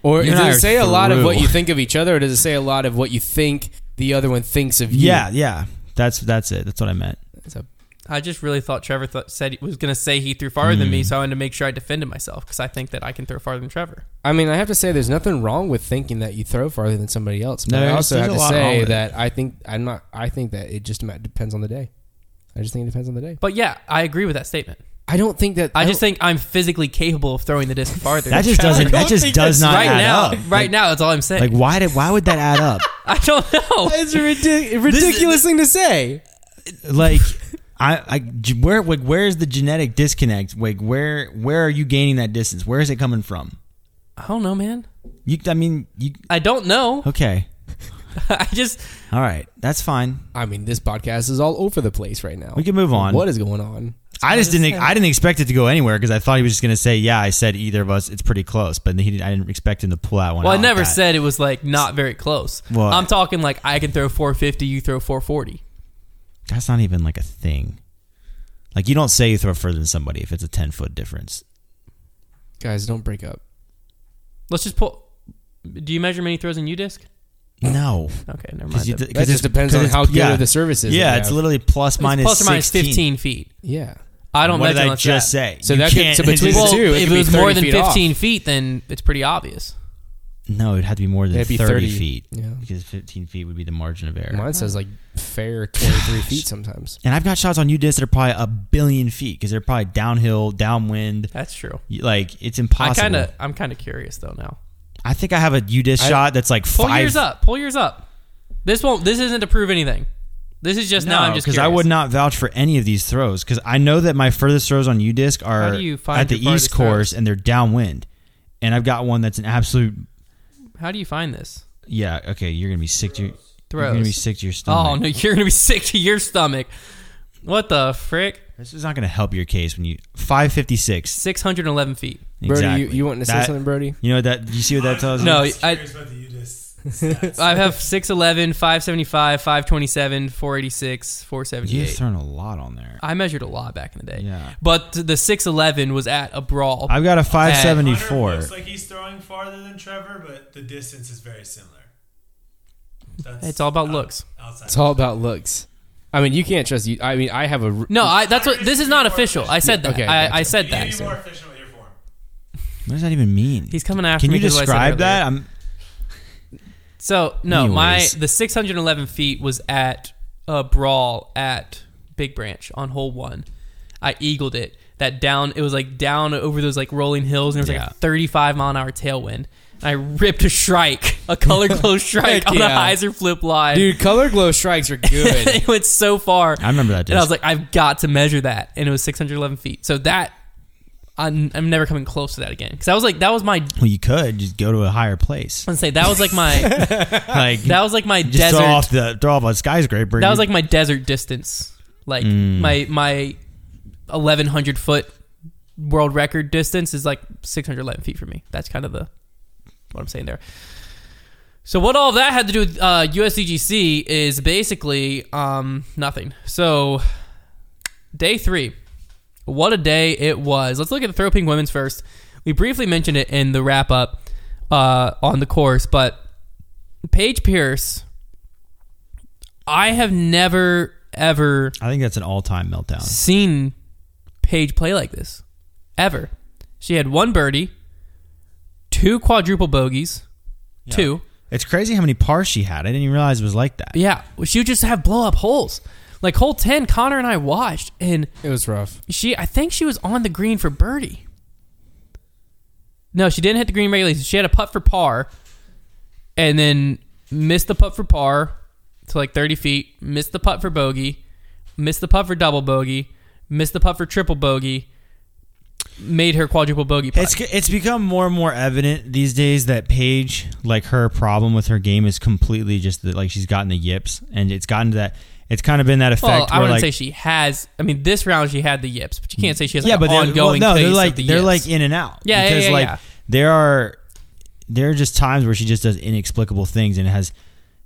[SPEAKER 2] Or
[SPEAKER 3] You and I
[SPEAKER 2] does
[SPEAKER 3] are
[SPEAKER 2] it say a lot of what
[SPEAKER 3] through.
[SPEAKER 2] you think of each other, or does it say a lot of what you think the other one thinks of you?
[SPEAKER 3] yeah, yeah. That's that's it. That's what I meant.
[SPEAKER 2] It's a-
[SPEAKER 1] I just really thought Trevor th- said he was going to say he threw farther than me,
[SPEAKER 3] Mm.
[SPEAKER 1] so I wanted to make sure I defended myself because I think that I can throw farther than Trevor.
[SPEAKER 2] I mean, I have to say, there's nothing wrong with thinking that you throw farther than somebody else. But
[SPEAKER 3] No,
[SPEAKER 2] I
[SPEAKER 3] there's-
[SPEAKER 2] also
[SPEAKER 3] there's
[SPEAKER 2] have
[SPEAKER 3] a
[SPEAKER 2] to
[SPEAKER 3] lot wrong
[SPEAKER 2] say
[SPEAKER 3] with
[SPEAKER 2] that I think I'm not. I think that it just ma- depends on the day. I just think it depends on the day.
[SPEAKER 1] But yeah, I agree with that statement.
[SPEAKER 2] I don't think that.
[SPEAKER 1] I, just think I'm physically capable of throwing the disc
[SPEAKER 3] (laughs)
[SPEAKER 1] farther.
[SPEAKER 3] That
[SPEAKER 1] than
[SPEAKER 3] just
[SPEAKER 1] Trevor.
[SPEAKER 3] doesn't. That just does not
[SPEAKER 1] right
[SPEAKER 3] add
[SPEAKER 1] now.
[SPEAKER 3] up.
[SPEAKER 1] Right now, that's all I'm saying.
[SPEAKER 3] Like why did why would that add up?
[SPEAKER 1] (laughs) I don't know.
[SPEAKER 2] (laughs) it's a ridic- ridiculous thing to say.
[SPEAKER 3] like I, I j- where like where is the genetic disconnect? Like where where are you gaining that distance? Where is it coming from?
[SPEAKER 1] I don't know, man.
[SPEAKER 3] You I mean you
[SPEAKER 1] I don't know.
[SPEAKER 3] okay.
[SPEAKER 1] (laughs) I just
[SPEAKER 3] All right. That's fine.
[SPEAKER 2] I mean, this podcast is all over the place right now.
[SPEAKER 3] We can move on.
[SPEAKER 2] What is going on?
[SPEAKER 3] I just didn't I didn't expect it to go anywhere because I thought he was just going to say, "Yeah, I said either of us. It's pretty close." But he didn't, I didn't expect him to pull out one.
[SPEAKER 1] well, I
[SPEAKER 3] out
[SPEAKER 1] never
[SPEAKER 3] like that.
[SPEAKER 1] said it was like not very close.
[SPEAKER 3] Well,
[SPEAKER 1] I'm talking like I can throw 450, you throw 440.
[SPEAKER 3] That's not even like a thing. Like you don't say you throw further than somebody if it's a 10-foot difference.
[SPEAKER 2] Guys, don't break up.
[SPEAKER 1] Let's just pull. Do you measure many throws in U disc?
[SPEAKER 3] No.
[SPEAKER 1] Okay, never mind.
[SPEAKER 3] Cuz
[SPEAKER 1] then.
[SPEAKER 2] That just depends on how good of the service is that
[SPEAKER 3] Yeah,
[SPEAKER 2] you
[SPEAKER 3] it's
[SPEAKER 2] have.
[SPEAKER 3] literally plus
[SPEAKER 1] It's
[SPEAKER 3] minus
[SPEAKER 1] plus or minus 15
[SPEAKER 3] 16.
[SPEAKER 1] feet.
[SPEAKER 2] Yeah.
[SPEAKER 1] I don't
[SPEAKER 3] what
[SPEAKER 1] measure
[SPEAKER 3] did I
[SPEAKER 1] unless
[SPEAKER 3] just
[SPEAKER 1] that.
[SPEAKER 3] say?
[SPEAKER 2] So
[SPEAKER 3] You
[SPEAKER 2] that could-
[SPEAKER 3] can't-
[SPEAKER 2] so between the
[SPEAKER 1] Well,
[SPEAKER 2] two, it
[SPEAKER 1] if
[SPEAKER 2] could
[SPEAKER 1] it
[SPEAKER 2] be
[SPEAKER 1] was more
[SPEAKER 2] 30
[SPEAKER 1] than
[SPEAKER 2] feet off.
[SPEAKER 1] 15 feet, then it's pretty obvious.
[SPEAKER 3] No, it'd have to be more than
[SPEAKER 2] It'd be
[SPEAKER 3] 30 feet.
[SPEAKER 2] Yeah.
[SPEAKER 3] because 15 feet would be the margin of error.
[SPEAKER 2] Mine says like
[SPEAKER 3] (laughs)
[SPEAKER 2] fair 23 feet sometimes.
[SPEAKER 3] And I've got shots on UDIS that are probably a billion feet because they're probably downhill, downwind.
[SPEAKER 1] That's true.
[SPEAKER 3] Y- Like it's impossible.
[SPEAKER 1] I kind of I'm kind of curious though now.
[SPEAKER 3] I think I have a UDIS
[SPEAKER 2] I-
[SPEAKER 3] shot that's like
[SPEAKER 1] Pull
[SPEAKER 3] five.
[SPEAKER 1] yours up. Pull yours up. This won't. This isn't to prove anything. This is just now. I'm just
[SPEAKER 3] because I
[SPEAKER 1] curious.
[SPEAKER 3] would not vouch for any of these throws because I know that my furthest throws on UDisc are
[SPEAKER 1] do you find
[SPEAKER 3] at the
[SPEAKER 1] your
[SPEAKER 3] East
[SPEAKER 1] farthest throws?
[SPEAKER 3] course and they're downwind, and I've got one that's an absolute.
[SPEAKER 1] How do you find this?
[SPEAKER 3] Yeah, okay, you're gonna be sick to your, you're gonna
[SPEAKER 1] Throws.
[SPEAKER 3] be sick to your stomach.
[SPEAKER 1] Oh no, you're gonna be (laughs) sick to your stomach. What the frick?
[SPEAKER 3] This is not gonna help your case when you 556.
[SPEAKER 1] Six hundred eleven feet.
[SPEAKER 2] Brody,
[SPEAKER 3] exactly.
[SPEAKER 2] you, you wanting to say
[SPEAKER 3] That-
[SPEAKER 2] something, Brody?
[SPEAKER 3] You know what that? You see what that tells
[SPEAKER 1] No,
[SPEAKER 3] you?
[SPEAKER 1] I (laughs) I
[SPEAKER 3] (laughs)
[SPEAKER 1] have 6'11", 575, 527, 486,
[SPEAKER 3] you've
[SPEAKER 1] 478.
[SPEAKER 3] thrown a lot on there.
[SPEAKER 1] I measured a lot back in the day.
[SPEAKER 3] Yeah.
[SPEAKER 1] But the six eleven was at a brawl.
[SPEAKER 3] I've got a
[SPEAKER 4] Hunter
[SPEAKER 3] 574.
[SPEAKER 4] looks like he's throwing farther than Trevor, but the distance is very similar. That's
[SPEAKER 1] it's all about
[SPEAKER 3] Uh,
[SPEAKER 1] looks.
[SPEAKER 4] outside.
[SPEAKER 2] It's all about looks. I mean, you can't trust you. I mean, I have a. r- (laughs)
[SPEAKER 1] No, I that's what this is not official. I said that.
[SPEAKER 2] Okay,
[SPEAKER 1] I, I
[SPEAKER 2] gotcha.
[SPEAKER 1] said
[SPEAKER 4] you need
[SPEAKER 1] that.
[SPEAKER 4] to be more efficient with your form.
[SPEAKER 3] What does that even mean?
[SPEAKER 1] He's coming after
[SPEAKER 3] Can
[SPEAKER 1] me
[SPEAKER 3] you
[SPEAKER 1] 'cause of what I said
[SPEAKER 3] describe
[SPEAKER 1] earlier.
[SPEAKER 3] that? I'm
[SPEAKER 1] So no,
[SPEAKER 3] Anyways.
[SPEAKER 1] my the 611 feet was at a brawl at Big Branch on hole one. I eagled it. That down, it was like down over those like rolling hills, and there was
[SPEAKER 3] Yeah.
[SPEAKER 1] like a 35 mile an hour tailwind. And I ripped a strike, a color
[SPEAKER 3] (laughs)
[SPEAKER 1] glow strike
[SPEAKER 2] Heck
[SPEAKER 1] on
[SPEAKER 2] yeah.
[SPEAKER 1] a Heiser flip line.
[SPEAKER 2] Dude, color glow strikes are good.
[SPEAKER 1] (laughs) it went so far.
[SPEAKER 3] I remember that
[SPEAKER 1] And I was
[SPEAKER 3] disc.
[SPEAKER 1] like, I've got to measure that, and it was 611 feet. So that I'm, I'm never coming close to that again because I was like, that was my.
[SPEAKER 3] Well, you could just go to a higher
[SPEAKER 1] (laughs)
[SPEAKER 3] place.
[SPEAKER 1] Let's say that was like
[SPEAKER 3] (laughs)
[SPEAKER 1] my
[SPEAKER 3] Like
[SPEAKER 1] that was like my
[SPEAKER 3] just
[SPEAKER 1] desert.
[SPEAKER 3] throw off the throw off a skyscraper.
[SPEAKER 1] That was
[SPEAKER 3] You-
[SPEAKER 1] like my desert distance, like my my eleven hundred foot world record distance is like six hundred eleven feet for me. That's kind of the what I'm saying there. So what all of that had to do with uh, USDGC is basically um, nothing. So day three, what a day it was. Let's look at the throw ping women's first. We briefly mentioned it in the wrap up uh, on the course, but Paige Pierce, I have never ever
[SPEAKER 3] I think that's an all time meltdown.
[SPEAKER 1] seen Paige play like this ever. She had one birdie, two quadruple bogeys, two.
[SPEAKER 3] It's crazy how many pars she had. I didn't even realize it was like that.
[SPEAKER 1] Yeah, she would just have blow up holes. Like hole ten, Connor and I watched, and
[SPEAKER 2] it was rough.
[SPEAKER 1] she I think she was on the green for birdie. No, she didn't hit the green regulation. She had a putt for par, and then missed the putt for par to like thirty feet. Missed the putt for bogey. Missed the putt for double bogey. Missed the putt for triple bogey. Made her quadruple bogey putt.
[SPEAKER 3] It's it's become more and more evident these days that Paige, like her problem with her game is completely just that like she's gotten the yips and it's gotten to that. It's kind of been that
[SPEAKER 1] well,
[SPEAKER 3] effect
[SPEAKER 1] I
[SPEAKER 3] where
[SPEAKER 1] wouldn't
[SPEAKER 3] like Mm.
[SPEAKER 1] say she has. I mean, this round she had the yips, but you can't say she has.
[SPEAKER 3] yeah,
[SPEAKER 1] like
[SPEAKER 3] but
[SPEAKER 1] an
[SPEAKER 3] they're,
[SPEAKER 1] ongoing.
[SPEAKER 3] well, no, they're
[SPEAKER 1] phase of
[SPEAKER 3] like
[SPEAKER 1] the
[SPEAKER 3] they're
[SPEAKER 1] yips.
[SPEAKER 3] like in and out.
[SPEAKER 1] Yeah, yeah,
[SPEAKER 3] because
[SPEAKER 1] yeah,
[SPEAKER 3] like
[SPEAKER 1] yeah.
[SPEAKER 3] there are there are just times where she just does inexplicable things and it has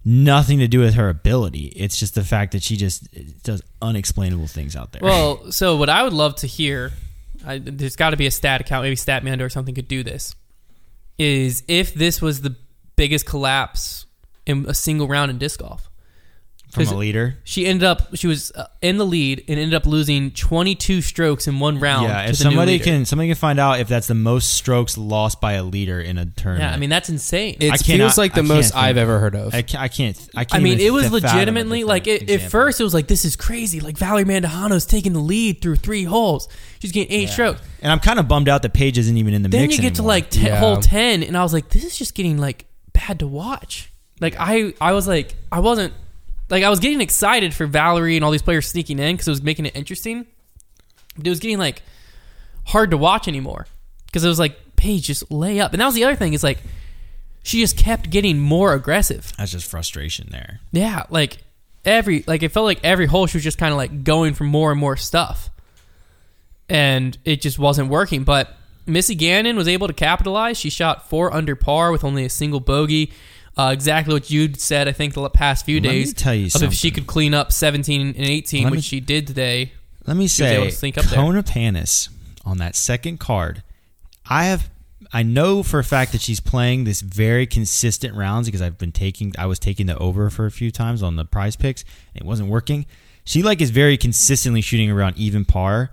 [SPEAKER 3] nothing to do with her ability. It's just the fact that she just does unexplainable things out there.
[SPEAKER 1] Well, so what I would love to hear, I, there's got to be a stat account, maybe Statman or something could do this, is if this was the biggest collapse in a single round in disc golf.
[SPEAKER 3] from
[SPEAKER 1] is
[SPEAKER 3] a
[SPEAKER 1] it-
[SPEAKER 3] leader.
[SPEAKER 1] She ended up, she was uh, in the lead and ended up losing 22 strokes in one round.
[SPEAKER 3] Yeah,
[SPEAKER 1] to
[SPEAKER 3] if
[SPEAKER 1] the new
[SPEAKER 3] somebody
[SPEAKER 1] leader.
[SPEAKER 3] can somebody can find out if that's the most strokes lost by a leader in a tournament.
[SPEAKER 1] Yeah, I mean, that's insane.
[SPEAKER 2] It feels
[SPEAKER 3] cannot-
[SPEAKER 2] like the
[SPEAKER 3] I
[SPEAKER 2] most
[SPEAKER 3] can't think-
[SPEAKER 2] I've ever heard of.
[SPEAKER 3] I can't. I can't. I,
[SPEAKER 1] I
[SPEAKER 3] can't
[SPEAKER 1] mean,
[SPEAKER 3] even
[SPEAKER 1] it was
[SPEAKER 3] fathom a
[SPEAKER 1] legitimately
[SPEAKER 3] different
[SPEAKER 1] like it, at
[SPEAKER 3] example.
[SPEAKER 1] first it was like this is crazy. Like Valerie Mandahano's taking the lead through three holes. She's getting eight strokes.
[SPEAKER 3] and I'm kind of bummed out that Paige isn't even in the
[SPEAKER 1] then
[SPEAKER 3] mix.
[SPEAKER 1] you get to
[SPEAKER 3] anymore.
[SPEAKER 1] like ten,
[SPEAKER 2] Yeah.
[SPEAKER 1] hole 10 and i was like this is just getting like bad to watch like i i was like i wasn't like i was getting excited for valerie and all these players sneaking in because it was making it interesting but it was getting like hard to watch anymore because it was like paige just lay up and that was the other thing is like she just kept getting more aggressive
[SPEAKER 3] that's just frustration there.
[SPEAKER 1] yeah like every like it felt like every hole she was just kind of like going for more and more stuff and it just wasn't working. But Missy Gannon was able to capitalize. She shot four under par with only a single bogey. Uh, exactly what you said, I think, the past few
[SPEAKER 3] Let me
[SPEAKER 1] days.
[SPEAKER 3] tell you
[SPEAKER 1] of
[SPEAKER 3] something.
[SPEAKER 1] if she could clean up 17 and 18,
[SPEAKER 3] Let
[SPEAKER 1] which
[SPEAKER 3] me-
[SPEAKER 1] she did today.
[SPEAKER 3] Let me
[SPEAKER 1] was able
[SPEAKER 3] say,
[SPEAKER 1] to sneak up there.
[SPEAKER 3] Kona Panis on that second card. I have, I know for a fact that she's playing this very consistent rounds because I've been taking, I was taking the over for a few times on the Prize Picks. And it wasn't working. She like is very consistently shooting around even par.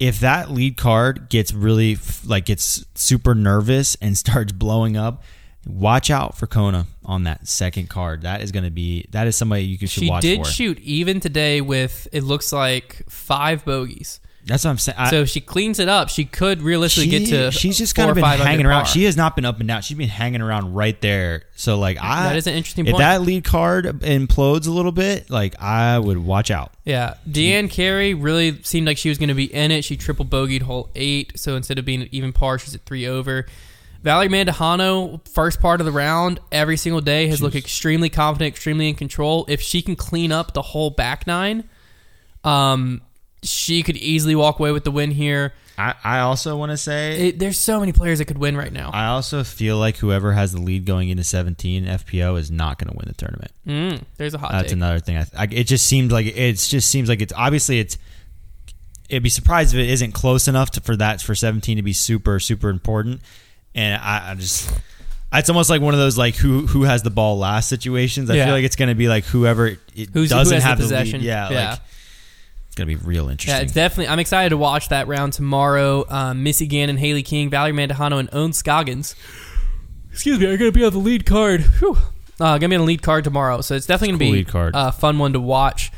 [SPEAKER 3] If that (laughs) lead card gets really f- like gets super nervous and starts blowing up, Watch out for Kona on that second card. That is going to be that is somebody you should
[SPEAKER 1] She
[SPEAKER 3] watch
[SPEAKER 1] did
[SPEAKER 3] for.
[SPEAKER 1] shoot even today with it looks like five bogeys.
[SPEAKER 3] That's what I'm saying. I-
[SPEAKER 1] so if she cleans it up, she could realistically
[SPEAKER 3] she-
[SPEAKER 1] get to.
[SPEAKER 3] She's just
[SPEAKER 1] four or
[SPEAKER 3] kind of been
[SPEAKER 1] five under
[SPEAKER 3] hanging around.
[SPEAKER 1] par.
[SPEAKER 3] She has not been up and down. She's been hanging around right there. So like I
[SPEAKER 1] That is an interesting
[SPEAKER 3] If
[SPEAKER 1] point.
[SPEAKER 3] that lead card implodes a little bit, like I would watch out.
[SPEAKER 1] Yeah, Deanne Carey really seemed like she was going to be in it. She triple bogeyed hole eight, so instead of being at even par, she's at three over. Valerie Mandahano, first part of the round, every single day has looked extremely confident, extremely in control. If she can clean up the whole back nine, um, she could easily walk away with the win here.
[SPEAKER 3] I, I also want to say
[SPEAKER 1] It, there's so many players that could win right now.
[SPEAKER 3] I also feel like whoever has the lead going into 17 FPO is not going to win the tournament.
[SPEAKER 1] Mm, there's a hot
[SPEAKER 3] That's
[SPEAKER 1] take.
[SPEAKER 3] another thing. I, I it just seemed like it's just seems like it's obviously it's. It'd be surprised if it isn't close enough to, for that for 17 to be super super important, and I, I just. It's almost like one of those like who who has the ball last situations. I
[SPEAKER 1] Yeah.
[SPEAKER 3] feel like it's going to be like whoever it
[SPEAKER 1] Who's- who
[SPEAKER 3] doesn't
[SPEAKER 1] has the
[SPEAKER 3] have the,
[SPEAKER 1] possession.
[SPEAKER 3] lead. Yeah,
[SPEAKER 1] Yeah.
[SPEAKER 3] like it's going to be real
[SPEAKER 1] Yeah,
[SPEAKER 3] interesting.
[SPEAKER 1] it's definitely. I'm excited to watch that round tomorrow. Um, Missy Gannon, Haley King, Valerie Mandahano, and Owen Scoggins. Excuse me, I'm going to be on the lead card. Whew. Uh, going to be on the lead card tomorrow, so it's definitely
[SPEAKER 3] It's a
[SPEAKER 1] going
[SPEAKER 3] cool
[SPEAKER 1] to be
[SPEAKER 3] lead card.
[SPEAKER 1] a fun one to watch.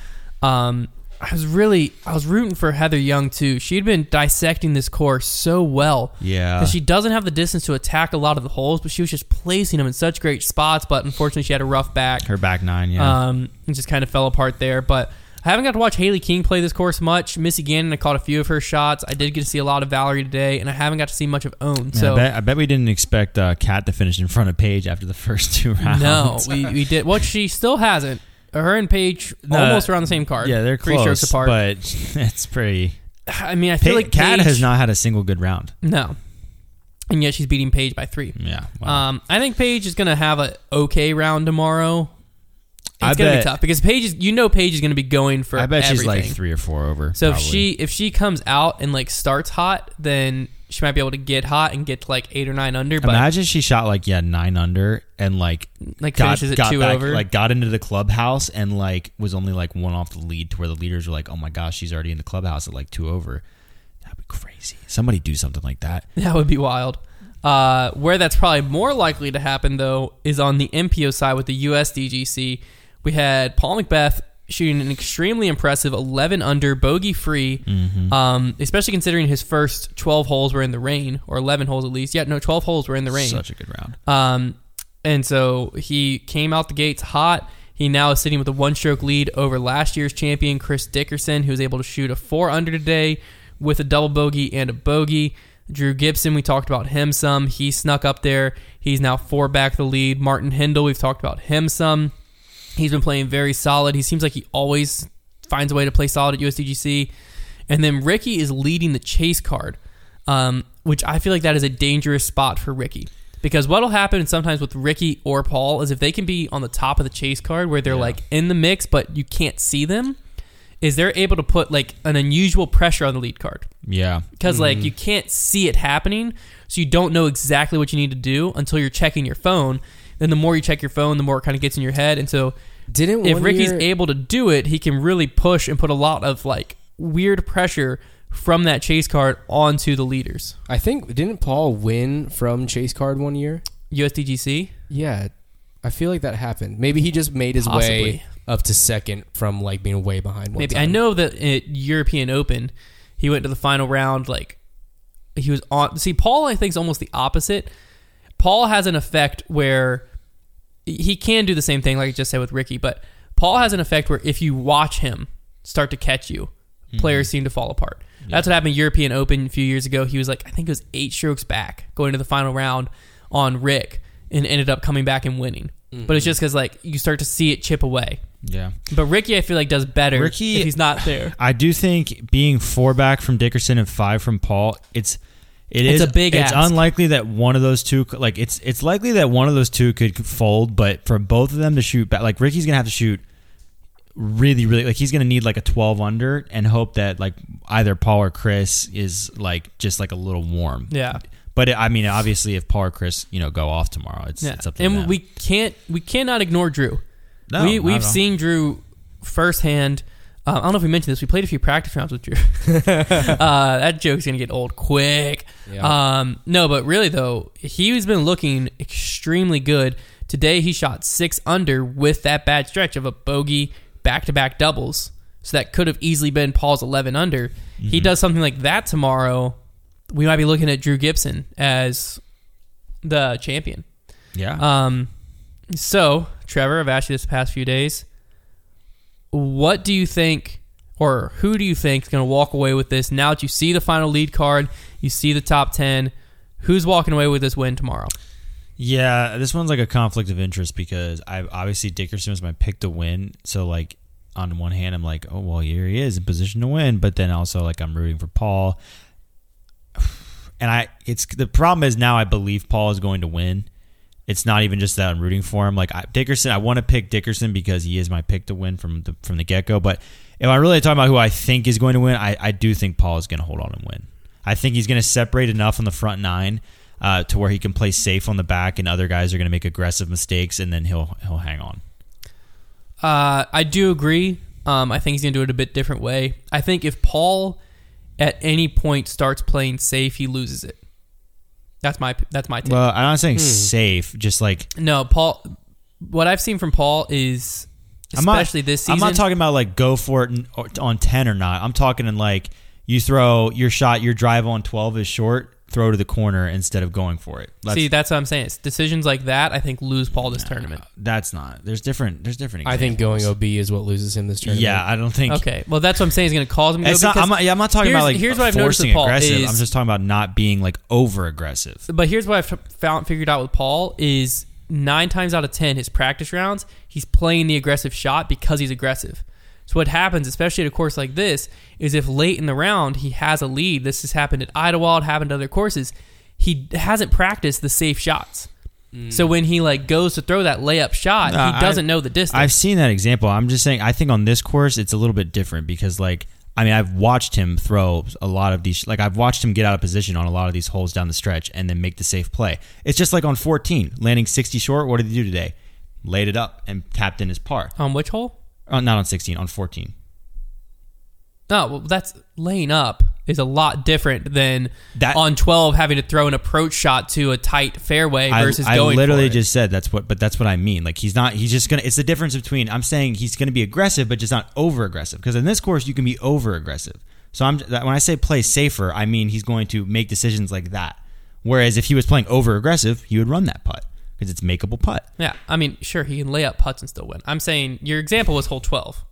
[SPEAKER 1] Um, I was really, I was rooting for Heather Young too. She had been dissecting this course so well.
[SPEAKER 3] Yeah.
[SPEAKER 1] 'Cause she doesn't have the distance to attack a lot of the holes, but she was just placing them in such great spots. But unfortunately, she had a rough back.
[SPEAKER 3] Her back nine, yeah.
[SPEAKER 1] Um, it just kind of fell apart there. But I haven't got to watch Haley King play this course much. Missy Gannon, I caught a few of her shots. I did get to see a lot of Valerie today, and I haven't got to see much of Own.
[SPEAKER 3] Man, I,
[SPEAKER 1] So
[SPEAKER 3] bet, I bet we didn't expect uh, Kat to finish in front of Paige after the (laughs) first two rounds. (laughs)
[SPEAKER 1] no, we, we did. Well, she still hasn't. Her and Paige
[SPEAKER 3] No,
[SPEAKER 1] almost around the same card.
[SPEAKER 3] yeah, they're
[SPEAKER 1] three
[SPEAKER 3] close,
[SPEAKER 1] strokes apart.
[SPEAKER 3] But (laughs) it's pretty.
[SPEAKER 1] I mean, I
[SPEAKER 3] Pa-
[SPEAKER 1] feel like
[SPEAKER 3] Kat
[SPEAKER 1] Paige,
[SPEAKER 3] has not had a single good round.
[SPEAKER 1] No, and yet she's beating Paige by three.
[SPEAKER 3] Yeah, wow.
[SPEAKER 1] Um, I think Paige is gonna have an okay round tomorrow. It's
[SPEAKER 3] I
[SPEAKER 1] gonna
[SPEAKER 3] bet-
[SPEAKER 1] be tough because Paige is. You know, Paige is gonna be going for.
[SPEAKER 3] I bet she's
[SPEAKER 1] everything.
[SPEAKER 3] like three or four over.
[SPEAKER 1] So if
[SPEAKER 3] probably.
[SPEAKER 1] she if she comes out and like starts hot, then she might be able to get hot and get to like eight or nine under. But
[SPEAKER 3] imagine she shot like yeah nine under and like
[SPEAKER 1] Like, finishes at
[SPEAKER 3] got
[SPEAKER 1] two
[SPEAKER 3] back-
[SPEAKER 1] over?
[SPEAKER 3] like got into the clubhouse and like was only like one off the lead to where the leaders were like oh my gosh she's already in the clubhouse at like two over. That'd be crazy. Somebody do something like that.
[SPEAKER 1] (laughs) that would be wild. Uh, where that's probably more likely to happen though is on the MPO side with the USDGC. We had Paul Macbeth shooting an extremely impressive 11 under bogey free,
[SPEAKER 3] Mm-hmm.
[SPEAKER 1] um, especially considering his first 12 holes were in the rain or 11 holes at least. Yeah, no, 12 holes were in the rain.
[SPEAKER 3] Such a good round.
[SPEAKER 1] Um, and so he came out the gates hot. He now is sitting with a one stroke lead over last year's champion, Chris Dickerson, who was able to shoot a four under today with a double bogey and a bogey. Drew Gibson, we talked about him some. He snuck up there. He's now four back the lead. Martin Hindle, we've talked about him some. He's been playing very solid. He seems like he always finds a way to play solid at USDGC. And then Ricky is leading the chase card, um, which I feel like that is a dangerous spot for Ricky. Because what'll happen sometimes with Ricky or Paul is if they can be on the top of the chase card where they're like in the mix, but you can't see them, is they're able to put like an unusual pressure on the lead card
[SPEAKER 3] Yeah,
[SPEAKER 1] because like you can't see it happening so you don't know exactly what you need to do until you're checking your phone then the more you check your phone the more it kind of gets in your head and so
[SPEAKER 2] Didn't
[SPEAKER 1] if
[SPEAKER 2] one
[SPEAKER 1] ricky's
[SPEAKER 2] year-
[SPEAKER 1] able to do it he can really push and put a lot of like weird pressure from that chase card onto the leaders
[SPEAKER 2] I think didn't Paul win from Chase Card one year?
[SPEAKER 1] usdgc
[SPEAKER 2] Yeah, I feel like that happened. Maybe he just made his
[SPEAKER 1] Possibly.
[SPEAKER 2] way up to second from like being way behind. One
[SPEAKER 1] maybe
[SPEAKER 2] time.
[SPEAKER 1] i know that at european open he went to the final round like he was on see paul i think is almost the opposite paul has an effect where he can do the same thing like i just said with ricky but paul has an effect where if you watch him start to catch you
[SPEAKER 2] Mm-hmm.
[SPEAKER 1] players seem to fall apart that's what happened at european open a few years ago he was like i think it was eight strokes back going to the final round on rick and ended up coming back and winning but
[SPEAKER 2] Mm-hmm.
[SPEAKER 1] it's just because like you start to see it chip away
[SPEAKER 3] yeah.
[SPEAKER 1] but ricky i feel like does better
[SPEAKER 3] Ricky-
[SPEAKER 1] if he's not there
[SPEAKER 3] I do think being four back from Dickerson and five from Paul, it's it
[SPEAKER 1] It's
[SPEAKER 3] is-
[SPEAKER 1] a big
[SPEAKER 3] It's
[SPEAKER 1] ask.
[SPEAKER 3] unlikely that one of those two, like it's it's likely that one of those two could fold, but for both of them to shoot back, like Ricky's gonna have to shoot really, really, like he's gonna need like a twelve under and hope that like either Paul or Chris is like just like a little warm.
[SPEAKER 1] yeah
[SPEAKER 3] But it, I mean, obviously, if Paul or Chris, you know, go off tomorrow, it's
[SPEAKER 1] Yeah.
[SPEAKER 3] it's up to
[SPEAKER 1] and
[SPEAKER 3] them.
[SPEAKER 1] we can't we cannot ignore Drew.
[SPEAKER 3] No,
[SPEAKER 1] we
[SPEAKER 3] not
[SPEAKER 1] we've
[SPEAKER 3] at all.
[SPEAKER 1] seen Drew firsthand Um, I don't know if we mentioned this. We played a few practice rounds
[SPEAKER 3] (laughs)
[SPEAKER 1] with Drew. (laughs) uh, that joke's gonna get old quick.
[SPEAKER 2] Yeah.
[SPEAKER 1] Um, no, but really though, he's been looking extremely good. Today he shot six under with that bad stretch of a bogey back to back doubles. So that could have easily been Paul's eleven under.
[SPEAKER 3] Mm-hmm.
[SPEAKER 1] He does something like that tomorrow. We might be looking at Drew Gibson as the champion.
[SPEAKER 3] Yeah.
[SPEAKER 1] Um, so Trevor, I've asked you this past few days. What do you think, or who do you think is going to walk away with this? Now that you see the final lead card, you see the top ten. Who's walking away with this win tomorrow?
[SPEAKER 3] Yeah, this one's like a conflict of interest because I obviously Dickerson was my pick to win. So like on one hand, I'm like, oh well, here he is in position to win, but then also like I'm rooting for Paul. And I, it's the problem is now I believe Paul is going to win. It's not even just that I'm rooting for him. Like I, Dickerson, I want to pick Dickerson because he is my pick to win from the from the get go. But if I'm really talking about who I think is going to win, I, I do think Paul is going to hold on and win. I think he's going to separate enough on the front nine uh, to where he can play safe on the back, and other guys are going to make aggressive mistakes, and then he'll he'll hang on.
[SPEAKER 1] Uh, I do agree. Um, I think he's going to do it a bit different way. I think if Paul at any point starts playing safe, he loses it. That's my that's my take.
[SPEAKER 3] Well, I'm not saying safe, just like
[SPEAKER 1] no, Paul. What I've seen from Paul is,
[SPEAKER 3] I'm not-
[SPEAKER 1] especially this season,
[SPEAKER 3] I'm not talking about like go for it n- or- on ten or not. I'm talking in like you throw your shot, your drive on twelve is short. Throw to the corner instead of going for it. That's,
[SPEAKER 1] See, that's what I'm saying. It's decisions like that I think lose Paul this tournament.
[SPEAKER 3] that's not. There's different. There's different.
[SPEAKER 2] I think going
[SPEAKER 3] examples.
[SPEAKER 2] OB is what loses him this tournament.
[SPEAKER 3] Yeah, I don't think.
[SPEAKER 1] Okay, well that's what I'm saying is going to cause him. To
[SPEAKER 3] It's
[SPEAKER 1] go
[SPEAKER 3] not,
[SPEAKER 1] because-
[SPEAKER 3] I'm, not, yeah, I'm not talking
[SPEAKER 1] here's-
[SPEAKER 3] about like
[SPEAKER 1] here's what I've noticed
[SPEAKER 3] forcing
[SPEAKER 1] with Paul
[SPEAKER 3] aggressive.
[SPEAKER 1] is-
[SPEAKER 3] I'm just talking about not being like over aggressive.
[SPEAKER 1] but here's what I've f- found figured out with Paul is nine times out of ten his practice rounds he's playing the aggressive shot because he's aggressive. So what happens, especially at a course like this, is if late in the round he has a lead. This has happened at Idlewild, happened at other courses. He hasn't practiced the safe shots. So when he like goes to throw that layup shot,
[SPEAKER 3] No,
[SPEAKER 1] he
[SPEAKER 3] Hmm. I-
[SPEAKER 1] doesn't know the distance.
[SPEAKER 3] I've seen that example. I'm just saying. I think on this course, it's a little bit different because, like, I mean, I've watched him throw a lot of these. Like, I've watched him get out of position on a lot of these holes down the stretch and then make the safe play. It's just like on 14, landing 60 short. What did he do today? Laid it up and tapped in his par.
[SPEAKER 1] On which hole?
[SPEAKER 3] Oh, not on 16, on 14.
[SPEAKER 1] No, well, that's laying up is a lot different than
[SPEAKER 3] That-
[SPEAKER 1] on twelve having to throw an approach shot to a tight fairway versus
[SPEAKER 3] I, I
[SPEAKER 1] going.
[SPEAKER 3] literally
[SPEAKER 1] for it.
[SPEAKER 3] just said that's what, but that's what I mean. Like he's not. He's just gonna. It's the difference between I'm saying he's gonna be aggressive, but just not over aggressive. Because in this course, you can be over aggressive. So I'm that, when I say play safer, I mean he's going to make decisions like that. Whereas if he was playing over aggressive, he would run that putt because it's makeable putt.
[SPEAKER 1] yeah. I mean, sure, he can lay up putts and still win. I'm saying your example was hole twelve.